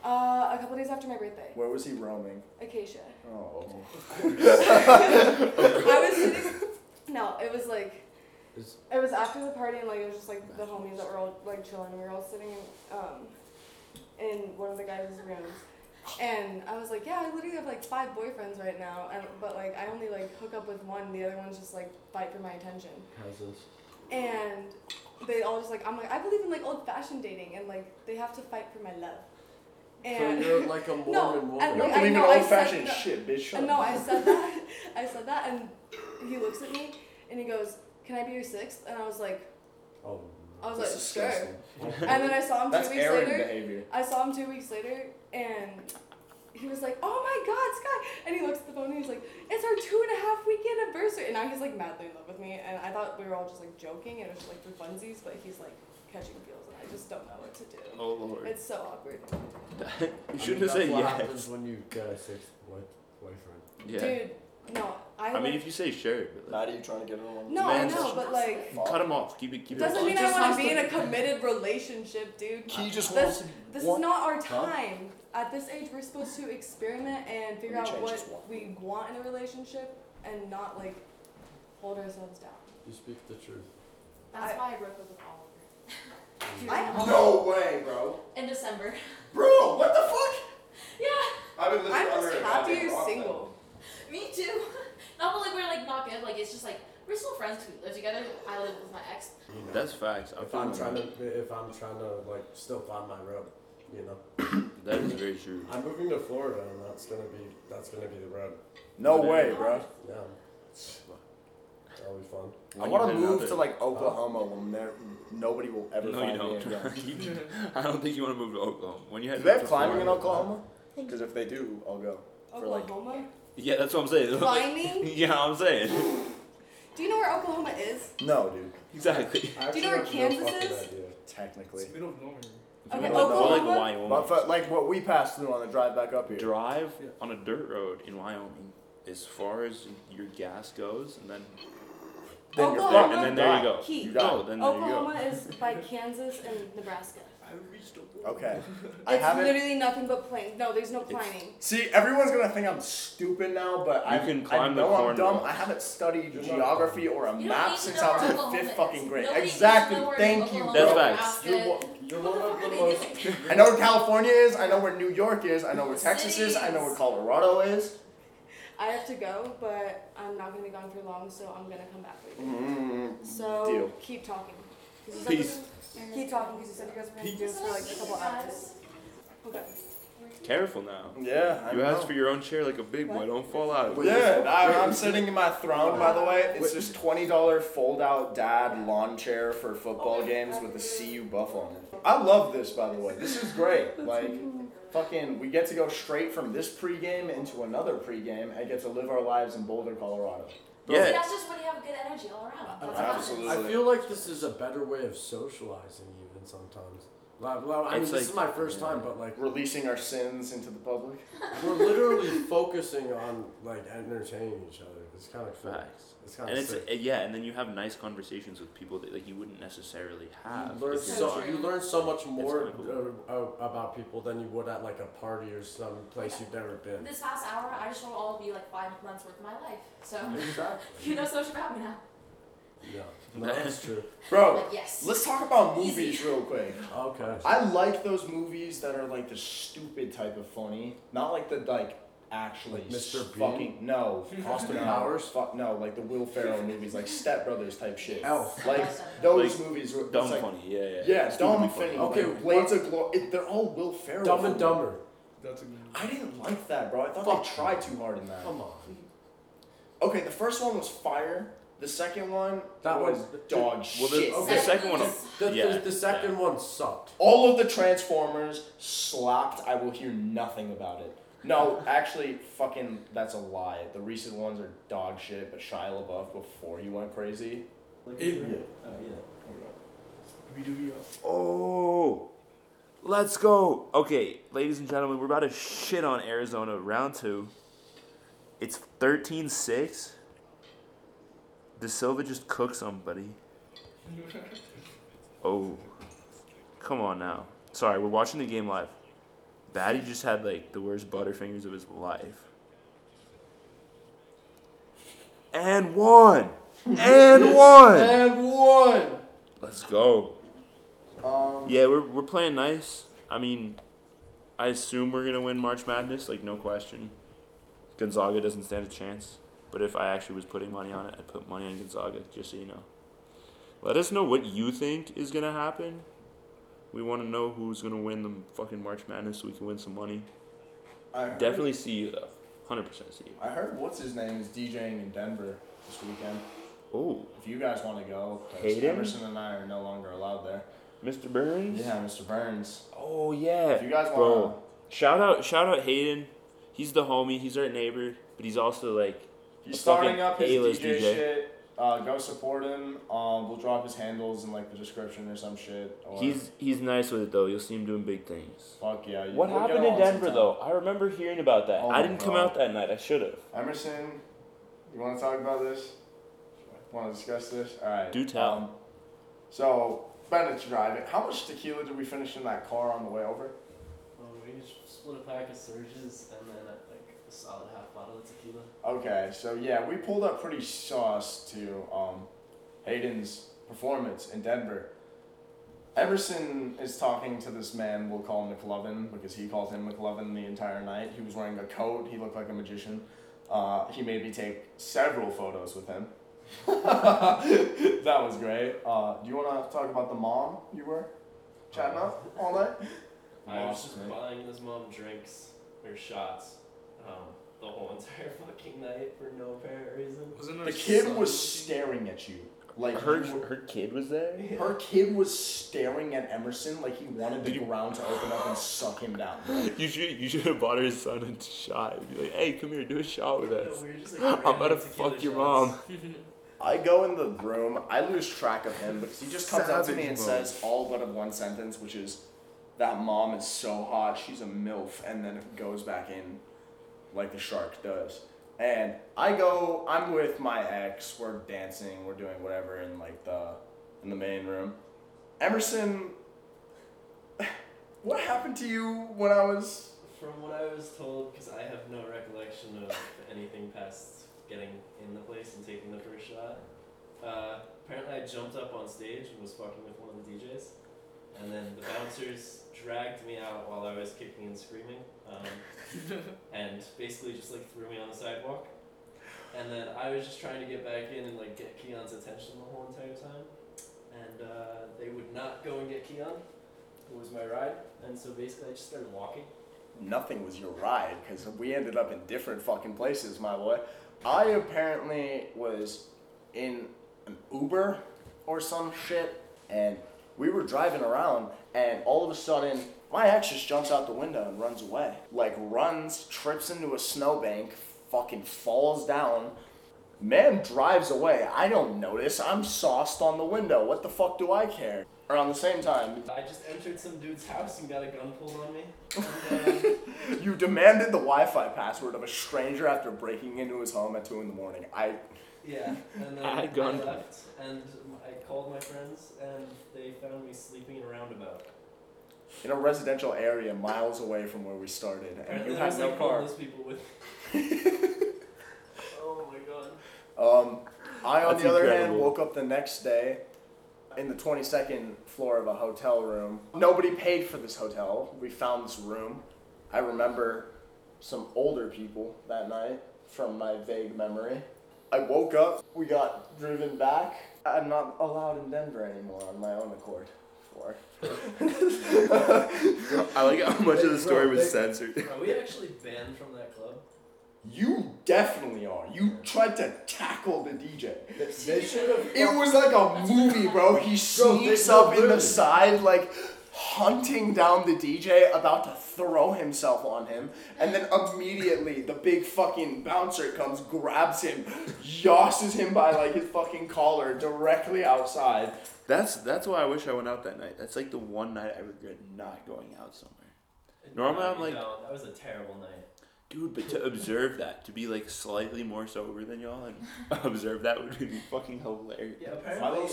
S3: uh, a couple days after my birthday,
S2: Where was he roaming?
S3: Acacia.
S2: Oh.
S3: I was sitting. No, it was like.
S5: Is-
S3: It was after the party and like it was just like the homies that were all like chilling. We were all sitting in, um, in one of the guys' rooms, And I was like, yeah, I literally have like five boyfriends right now, and but like I only like hook up with one. The other ones just like fight for my attention.
S8: How's this?
S3: And they all just like I'm like I believe in like old fashioned dating, and like they have to fight for my love. And
S5: So you're like a Mormon
S3: no,
S5: woman.
S3: and,
S2: You don't
S3: like, I
S2: believe in
S3: know I
S2: old fashioned
S3: said-
S2: shit, bitch. Shut
S3: and
S2: up.
S3: no, I said that. I said that, and he looks at me and he goes, "Can I be your sixth? And I was like,
S5: oh.
S3: I was
S2: That's
S3: like, sure.
S2: disgusting.
S3: And then I saw him two
S2: That's
S3: weeks
S2: Aaron
S3: later.
S2: behavior.
S3: I saw him two weeks later, and he was like, "Oh my God, Scott!" And he looks at the phone and he's like, "It's our two and a half week anniversary." And now he's like madly in love with me, and I thought we were all just like joking and it was just, like for funsies, but he's like catching feels, and I just don't know what to do.
S1: Oh lord.
S3: It's so awkward,
S1: you shouldn't have said
S5: what
S1: yes.
S5: happens when you get a sixth boy- boyfriend.
S1: Yeah.
S3: dude. No, I.
S1: I mean,
S3: like-
S1: if you say sure, but like,
S2: Maddie, you trying to get it on?
S3: no, I
S1: man,
S3: know, but like.
S1: cut him off. Keep it. Keep it.
S3: Doesn't mean I
S2: just
S3: want
S2: has
S3: to be
S2: to-
S3: in a committed relationship, dude.
S2: He just
S3: This-
S2: wants to.
S3: This
S2: want-
S3: is not our
S5: Huh?
S3: time. At this age, we're supposed to experiment and figure
S2: Let me
S3: out
S2: change this
S3: what
S2: one.
S3: we want in a relationship and not like hold ourselves down.
S5: You speak the truth.
S4: That's
S3: I-
S4: why I broke up with Oliver
S3: I
S2: No way, bro.
S4: in December.
S2: Bro, what the fuck?
S4: yeah,
S2: I've been listening
S3: I'm
S2: to
S3: just
S2: her
S3: happy
S2: goddamn
S3: you're
S2: rock
S3: single.
S4: me too. Not that like we're like not good. Like it's just like we're still friends. 'cause We live together. I live with my ex.
S1: That's facts. I
S5: If I'm
S1: found
S5: trying
S1: that.
S5: to, if I'm trying to like still find my road, you know,
S1: That is very true.
S5: I'm moving to Florida, and that's gonna be that's gonna be the road.
S2: band. No way, bro.
S5: Yeah, that'll be fun.
S2: I
S1: When you
S2: want to
S1: been out
S2: move
S1: there-
S2: to like Oklahoma when there nobody will ever
S1: No,
S2: find
S1: you
S2: me again.
S1: don't. You do- I don't think you want to move to Oklahoma. When you
S2: Do
S1: had
S2: they have climbing in
S5: Florida.
S2: Oklahoma? Because if they do, I'll go. For like-
S3: Oklahoma?
S1: Yeah, that's what I'm saying.
S3: Climbing?
S1: yeah, I'm saying.
S3: Do you know where Oklahoma is?
S2: No, dude.
S1: Exactly.
S5: I
S3: Do you know
S5: actually
S3: where
S5: have
S3: Kansas
S5: no fucking
S3: is?
S5: idea.
S2: Technically.
S6: It's middle of nowhere.
S3: Okay,
S1: Or like
S3: Oklahoma?
S1: Wyoming.
S2: But for, like what we passed through on the drive back up here.
S1: drive
S6: Yeah.
S1: on a dirt road in Wyoming as far as your gas goes, and then
S2: Then you're
S3: Oklahoma?
S2: fucked.
S1: and then there you go.
S3: Key.
S2: You
S1: No,
S2: got
S1: then there
S3: Oklahoma is by Kansas and Nebraska.
S6: I reached
S2: it.
S6: Oklahoma.
S2: Okay. I
S3: It's
S2: haven't.
S3: literally nothing but plains. No, there's no
S1: It's-
S3: climbing.
S2: See, everyone's gonna think I'm stupid now, but I
S1: can climb
S2: I
S1: the
S2: know I'm
S1: corn
S2: dumb.
S1: wall.
S2: I haven't studied
S5: You're not
S2: geography or a
S4: You don't
S2: map
S4: need to
S2: since
S4: know
S2: I was
S4: where
S2: in
S4: Oklahoma
S2: fifth
S4: is.
S2: fucking grade.
S4: Nobody needs to
S2: exactly.
S4: know where
S2: Thank you.
S1: That's
S4: Oklahoma is,
S2: bro.
S1: facts.
S4: Nebraska.
S2: You're, wa-
S5: You're
S4: What
S5: one
S4: the
S5: of
S4: fuck
S5: the
S4: are they
S5: most.
S4: doing?
S2: I know where California is. I know where New York is. I know where Texas is. I know where
S4: Cities.
S2: Colorado is.
S3: I have to go, but I'm not gonna be gone for long, so I'm gonna come back later.
S2: Mm,
S3: So
S2: Deal.
S3: keep talking. 'Cause you said-
S1: Peace.
S3: Keep talking because you said you guys were gonna do this for like a couple hours. Okay.
S1: Careful now.
S2: Yeah. I
S1: You asked
S2: know.
S1: for your own chair like a big boy.
S3: What?
S1: Don't fall out.
S2: Well, Yeah, I, I'm sitting in my throne, by the way. It's this twenty dollar fold out dad lawn chair for football games with a CU buff on it. I love this, by the way. This is great. Like, fucking, we get to go straight from this pregame into another pregame and get to live our lives in Boulder, Colorado.
S4: See,
S1: Yeah.
S4: that's just when you have good energy all around. That's what happens.
S2: Absolutely.
S5: I feel like this is a better way of socializing, even sometimes. Like, well, I mean,
S1: It's
S5: this
S1: like-
S5: is my first
S1: yeah.
S5: time, but like
S2: Releasing our sins into the public.
S5: we're literally focusing on like entertaining each other. It's kind of cool.
S1: Facts.
S5: It's kind
S1: And
S5: of
S1: it's
S5: sick.
S1: yeah, and then you have nice conversations with people that like you wouldn't necessarily have.
S5: You learn
S1: if you're
S5: so
S1: not.
S5: you learn so much more
S1: kinda cool.
S5: uh, uh, about people than you would at like a party or some place you've never been.
S4: This past hour, I just told all of you like five months worth of my life. So
S5: Exactly.
S4: you know so much about me now.
S5: Yeah. No, that's true.
S2: Bro,
S4: Like yes.
S2: let's talk about movies real quick.
S5: Okay.
S2: I like those movies that are like the stupid type of funny, not like the like actually
S5: Like Mr. Bean?
S2: fucking no
S5: Austin
S2: no,
S5: Powers?
S2: fuck no like the Will Ferrell movies like Step Brothers type shit.
S5: Elf.
S2: Like those movies were it's
S1: Dumb
S2: like,
S1: funny. Yeah, yeah.
S2: Yeah, dumb
S1: Stupidly
S2: funny.
S5: Okay,
S2: like, Blades of Glory. It, they're all Will Ferrell.
S5: Dumb and
S2: movies.
S5: Dumber.
S6: That's a good one.
S2: I didn't like that, bro. I thought
S5: Fuck.
S2: they tried too hard in that.
S5: Come on.
S2: Okay, the first one was fire. The second one
S5: That
S2: was
S5: was-
S2: dog
S1: Well, the,
S2: shit.
S5: Okay.
S1: the second one.
S5: The, the-
S1: Yeah,
S5: the second one sucked.
S2: All of the Transformers slapped. I will hear nothing about it. No, actually, fucking, that's a lie. The recent ones are dog shit, but Shia LaBeouf before he went crazy.
S8: Oh, yeah.
S6: We do yeah.
S1: Oh, let's go. Okay, ladies and gentlemen, we're about to shit on Arizona round two. It's 13 6. De Silva just cooked somebody. Oh, come on now. Sorry, we're watching the game live. Batty just had like the worst butterfingers of his life. And one! And one!
S2: And one!
S1: Let's go.
S2: Um,
S1: Yeah, we're, we're playing nice. I mean, I assume we're gonna win March Madness, like no question. Gonzaga doesn't stand a chance. But if I actually was putting money on it, I'd put money on Gonzaga, just so you know. Let us know what you think is gonna happen. We wanna know who's gonna win the fucking March Madness so we can win some money.
S2: I heard,
S1: Definitely see you though. Hundred percent see you.
S2: I heard what's his name is DJing in Denver this weekend.
S1: Oh,
S2: If you guys want to go, 'cause
S1: Hayden?
S2: Emerson and I are no longer allowed there.
S1: Mr. Burns?
S2: Yeah, Mr. Burns.
S1: Oh yeah.
S2: If you guys
S1: Bro,
S2: want,
S1: Shout out, shout out Hayden. He's the homie. He's our neighbor, but he's also like
S2: he's
S1: a
S2: starting
S1: fucking
S2: up his
S1: A-list
S2: DJ,
S1: DJ.
S2: shit. Uh, go support him. Um, we'll drop his handles in like the description or some shit. Or
S1: he's he's nice with it though. You'll see him doing big things.
S2: fuck yeah. you-
S1: What
S2: we'll get
S1: happened in
S2: on sometime.
S1: Denver though? I remember hearing about that.
S2: Oh my
S1: I didn't come
S2: God.
S1: out that night. I should have.
S2: Emerson, you want to talk about this? Want to discuss this? All right.
S1: Do tell.
S2: Um, so Bennett's driving. How much tequila did we finish in that car on the way over?
S8: Well, we just split a pack of surges and then uh, like a solid half bottle of tequila.
S2: Okay, so yeah, we pulled up pretty sauce to um, Hayden's performance in Denver. Emerson is talking to this man we'll call McLovin because he called him McLovin the entire night. He was wearing a coat, he looked like a magician. Uh, he made me take several photos with him. that was great. Uh, do you want to talk about the mom you were chatting up all night?
S8: Uh, I was
S2: Lost
S8: just
S2: me.
S8: buying his mom drinks or shots, um, the whole entire fucking night for no apparent reason.
S6: Wasn't there
S2: The kid
S6: some-
S2: was staring at you. Like
S1: Her
S2: you were-
S1: her kid was there.
S2: Her kid was staring at Emerson like he wanted the
S1: Did you-
S2: ground to open up and suck him down.
S1: You should you should have bought her son a shot. Be like, hey, come here, do a shot with
S8: Yeah,
S1: us.
S8: we were just, like,
S1: Oh, I'm about to
S8: random tequila
S1: fuck your
S8: shots.
S1: mom.
S2: I go in the room, I lose track of him because he just comes up to me
S6: Savage
S2: and
S6: mode.
S2: says all but of one sentence, which is, "That mom is so hot, she's a milf," and then it goes back in, like the shark does. And I go, I'm with my ex. We're dancing, we're doing whatever in like the in the main room. Emerson, what happened to you when I was
S8: From what I was told, because I have no recollection of anything past getting in the place and taking the first shot, uh, apparently I jumped up on stage and was fucking with one of the DJs. And then the bouncers dragged me out while I was kicking and screaming, um, and basically just like threw me on the sidewalk. And then I was just trying to get back in and like get Keon's attention the whole entire time, and uh, they would not go and get Keon, who was my ride. And so basically, I just started walking.
S2: nothing was your ride because we ended up in different fucking places, my boy. I apparently was in an Uber or some shit, and we were driving around, and all of a sudden, my ex just jumps out the window and runs away. Like, runs, trips into a snowbank, fucking falls down. Man drives away. I don't notice. I'm sauced on the window. What the fuck do I care? Around the same time,
S8: I just entered some dude's house and got a gun pulled on me. And, um,
S2: You demanded the Wi-Fi password of a stranger after breaking into his home at two in the morning. I
S8: yeah, and then
S1: I gun-
S8: left, and I called my friends, and they found me sleeping in a roundabout.
S2: in a residential area miles away from where we started, and
S8: Apparently,
S2: you
S8: there
S2: had
S8: was
S2: no
S8: like
S2: car.
S8: homeless people with. oh my god.
S2: Um, I, on
S1: That's
S2: the other hand,
S1: incredible.
S2: woke up the next day in the 22nd floor of a hotel room. Nobody paid for this hotel. We found this room. I remember some older people that night from my vague memory. I woke up, we got driven back. I'm not allowed in Denver anymore on my own accord. For.
S1: I like how much of
S5: Hey,
S1: the story
S5: bro,
S1: was
S5: they-
S1: censored.
S8: Are we actually banned from that club?
S2: You definitely are. You tried to tackle the DJ.
S5: They, they should have.
S2: It was like a movie, bro. He
S5: Bro,
S2: sneaks
S5: they- no,
S2: up in the
S5: literally.
S2: side, like hunting down the DJ, about to throw himself on him, and then immediately the big fucking bouncer comes, grabs him, yosses him by like his fucking collar directly outside.
S1: That's that's why I wish I went out that night. That's like the one night I regret not going out somewhere. Normally, I'm
S8: No,
S1: like-
S8: no, that was a terrible night.
S1: Dude, but to observe that, to be like slightly more sober than y'all and observe that would be fucking hilarious.
S8: Yeah, apparently. when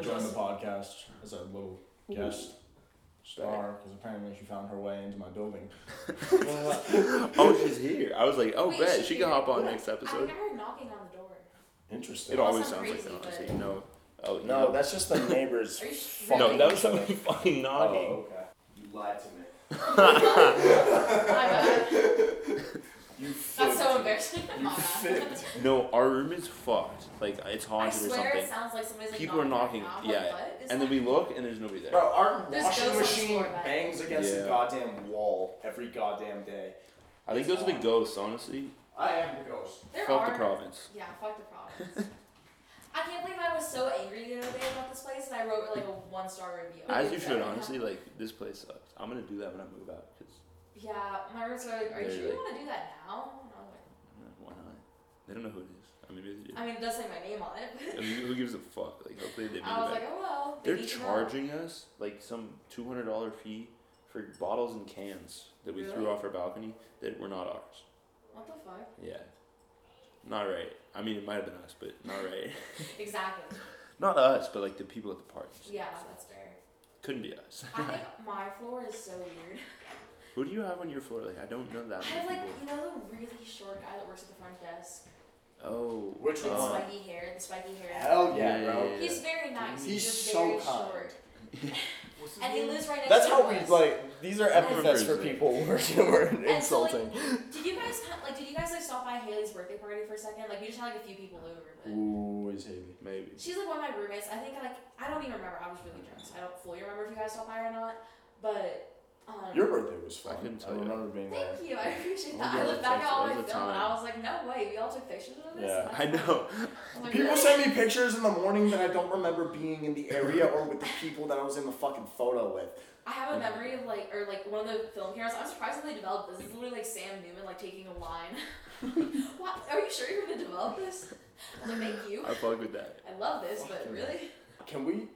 S8: Justin-
S2: podcast as a little guest star because apparently she found her way into my building.
S1: Oh, she's here. I was like, oh,
S4: Wait,
S1: bet
S4: she's
S1: she can
S4: here.
S1: hop on next
S4: I think
S1: episode.
S4: I heard knocking on the door.
S2: Interesting.
S1: It always
S4: Sounds
S1: sounds like
S4: crazy,
S1: that.
S4: but-
S1: honestly. No. Oh, you
S2: No,
S1: know.
S2: that's just the neighbors.
S4: Are you
S2: fucking- Oh.
S1: no, that was somebody fucking knocking.
S2: okay. You lied to me.
S4: My bad.
S2: You
S4: That's so
S2: fibbed.
S4: embarrassing.
S2: You
S4: My bad.
S2: fibbed.
S1: No, our room is fucked. Like it's
S4: I
S1: haunted or
S4: swear
S1: something.
S4: it sounds like somebody's like
S1: People are knocking.
S4: out. I'm like,
S1: Yeah.
S4: what is
S1: And then we
S4: that?
S1: look and there's nobody there.
S2: Bro, our
S4: There's
S2: washing
S4: ghosts on the
S2: machine
S4: floor, but-
S2: bangs against the
S1: Yeah.
S2: goddamn wall every goddamn day.
S1: I think those are the ghosts, honestly.
S2: I am the ghost.
S4: There
S1: Fuck
S4: are,
S1: the province.
S4: Yeah, fuck the province. I can't believe I was so angry the other day about this place, and I wrote like a one star review.
S1: As you
S4: It's
S1: should,
S4: like-
S1: honestly. Like this place sucks. I'm gonna do that when I move out. Cause
S4: Yeah, my roommates were like, "Are you
S1: They're
S4: sure you
S1: like-
S4: want to do that now?" And I was like,
S1: uh, why not? They don't know who it is. I mean, maybe they do.
S4: "I mean, it does say my name on it."
S1: I mean, who gives a fuck? Like hopefully they.
S4: but
S1: move
S4: I was
S1: back.
S4: like, "Oh well." they
S1: They're
S4: need to know."
S1: charging us like some two hundred dollar fee for bottles and cans that we
S4: Really?
S1: threw off our balcony that were not ours.
S4: What the fuck?
S1: Yeah. Not right. I mean, it might have been us, but not right.
S4: Exactly.
S1: not us, but like the people at the party.
S4: Yeah, that's fair.
S1: Couldn't be us.
S4: I think my floor is so weird.
S1: Who do you have on your floor? Like, I don't know
S4: I
S1: that many
S4: have like
S1: people.
S4: you know the really short guy that works at the front desk
S1: Oh.
S2: Which
S4: with
S1: Oh.
S2: one?
S4: spiky hair, the spiky hair.
S2: Hell yeah,
S1: Yeah,
S2: bro.
S1: yeah, yeah.
S4: He's very nice.
S2: He's
S4: He's, just
S2: so
S4: very
S2: kind.
S4: short.
S6: What's his
S4: And he
S6: name?
S4: lives right next
S2: That's
S4: to
S2: how we
S4: us.
S2: like. These are epithets for
S1: Everybody's there.
S2: people who are, who are
S4: And so, like,
S2: insulting.
S4: Did you guys kind- like? Did you guys like stop by Haley's birthday party for a second? Like we just had like a few people over, but
S2: Ooh, is Haley?
S1: Maybe.
S4: she's like one of my roommates. I think like I don't even remember. I was really drunk, so I don't fully remember if you guys stopped by or not. But um,
S2: Your birthday was fun.
S1: I couldn't tell
S2: I
S1: you.
S2: remember being there.
S4: thank you. I appreciate that.
S1: Yeah,
S4: I looked back
S1: that's-
S4: at all
S1: that
S4: my
S1: was
S4: film
S1: a
S4: and
S1: time.
S4: I was like, no way, we all took pictures of this.
S2: Yeah,
S1: I know.
S4: I'm like,
S2: People
S4: really?
S2: send me pictures in the morning that I don't remember being in the area or with the people that I was in the fucking photo with.
S4: I have a memory of like, or like one of the film cameras. I'm surprised that they developed this. It's literally like Sam Newman like taking a line. what? Are you sure you're gonna develop this? I'm like, thank you.
S1: I fuck with that.
S4: I love this, but
S2: Fucking
S4: really.
S2: Can we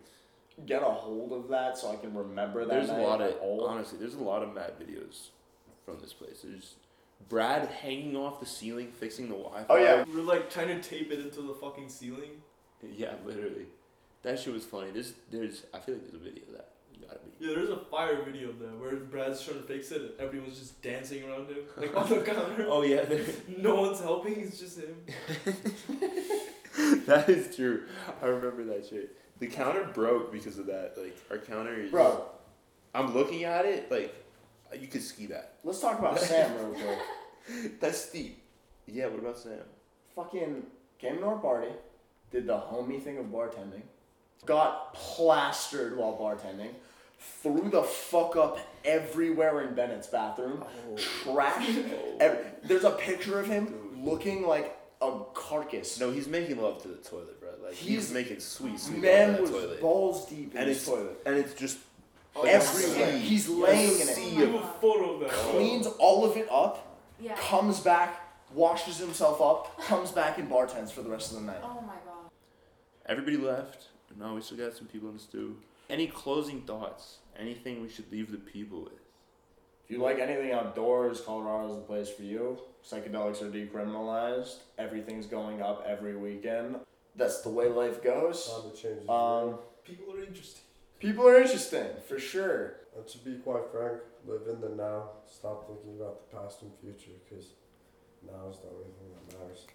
S2: get a hold of that so I can remember that?
S1: There's a
S2: night
S1: lot
S2: at
S1: of
S2: all?
S1: honestly. There's a lot of mad videos from this place. There's Brad hanging off the ceiling fixing the Wi-Fi.
S2: Oh, yeah.
S6: We We're like trying to tape it into the fucking ceiling.
S1: Yeah, literally. That shit was funny. There's, there's. I feel like there's a video of that. Gotta be.
S6: Yeah, there's a fire video of that where Brad's trying to fix it and everyone's just dancing around him, like on the counter.
S1: Oh yeah, there-
S6: No one's helping, it's just him.
S1: that is true. I remember that shit. The counter broke because of that. Like our counter is.
S2: Bro,
S1: I'm looking at it like, you could ski that.
S2: let's talk about Sam real quick.
S1: That's steep. Yeah. What about Sam?
S2: Fucking came to our party, did the homie thing of bartending, got plastered while bartending, threw the fuck up everywhere in Bennett's bathroom,
S1: Oh.
S2: trashed. ev- There's a picture of him looking like a carcass.
S1: No, he's making love to the toilet, bro. Like he's,
S2: He's-
S1: making sweet, sweet love
S2: Man
S1: to
S2: was
S1: that toilet.
S2: balls deep in
S1: and
S2: his
S1: it's
S2: toilet.
S1: and it's just like a
S2: Everywhere.
S1: sea.
S2: He's laying in
S1: sea
S2: it.
S4: see
S6: We have a
S4: it.
S6: photo of that.
S2: Cleans all of it up,
S4: Yeah.
S2: comes back, washes himself up, comes back and bartends for the rest of the night.
S4: Oh my god.
S1: Everybody left. No, we still got some people in the stew. Any closing thoughts? Anything we should leave the people with?
S2: If you like anything outdoors, Colorado's the place for you. Psychedelics are decriminalized. Everything's going up every weekend. That's the way life goes.
S5: Time to change his
S2: Um,
S5: room.
S6: People are interesting.
S2: people are interesting, for sure.
S5: And to be quite frank, live in the now. Stop thinking about the past and future because now is the only thing that matters.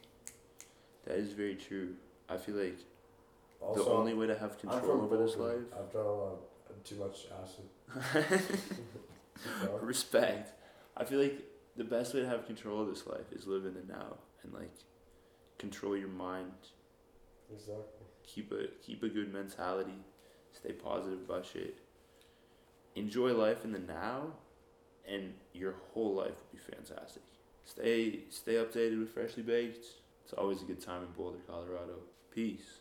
S1: That is very true. I feel like
S5: Also,
S1: the only way to have
S5: I'm from
S1: control over this
S5: Boulder.
S1: life.
S5: I've done a lot, of, too much acid.
S1: Respect. I feel like the best way to have control of this life is live in the now and like control your mind.
S5: exactly.
S1: Keep a keep a good mentality. Stay positive about shit. Enjoy life in the now, and your whole life will be fantastic. Stay stay updated with Freshly Baked. It's always a good time in Boulder, Colorado. Peace.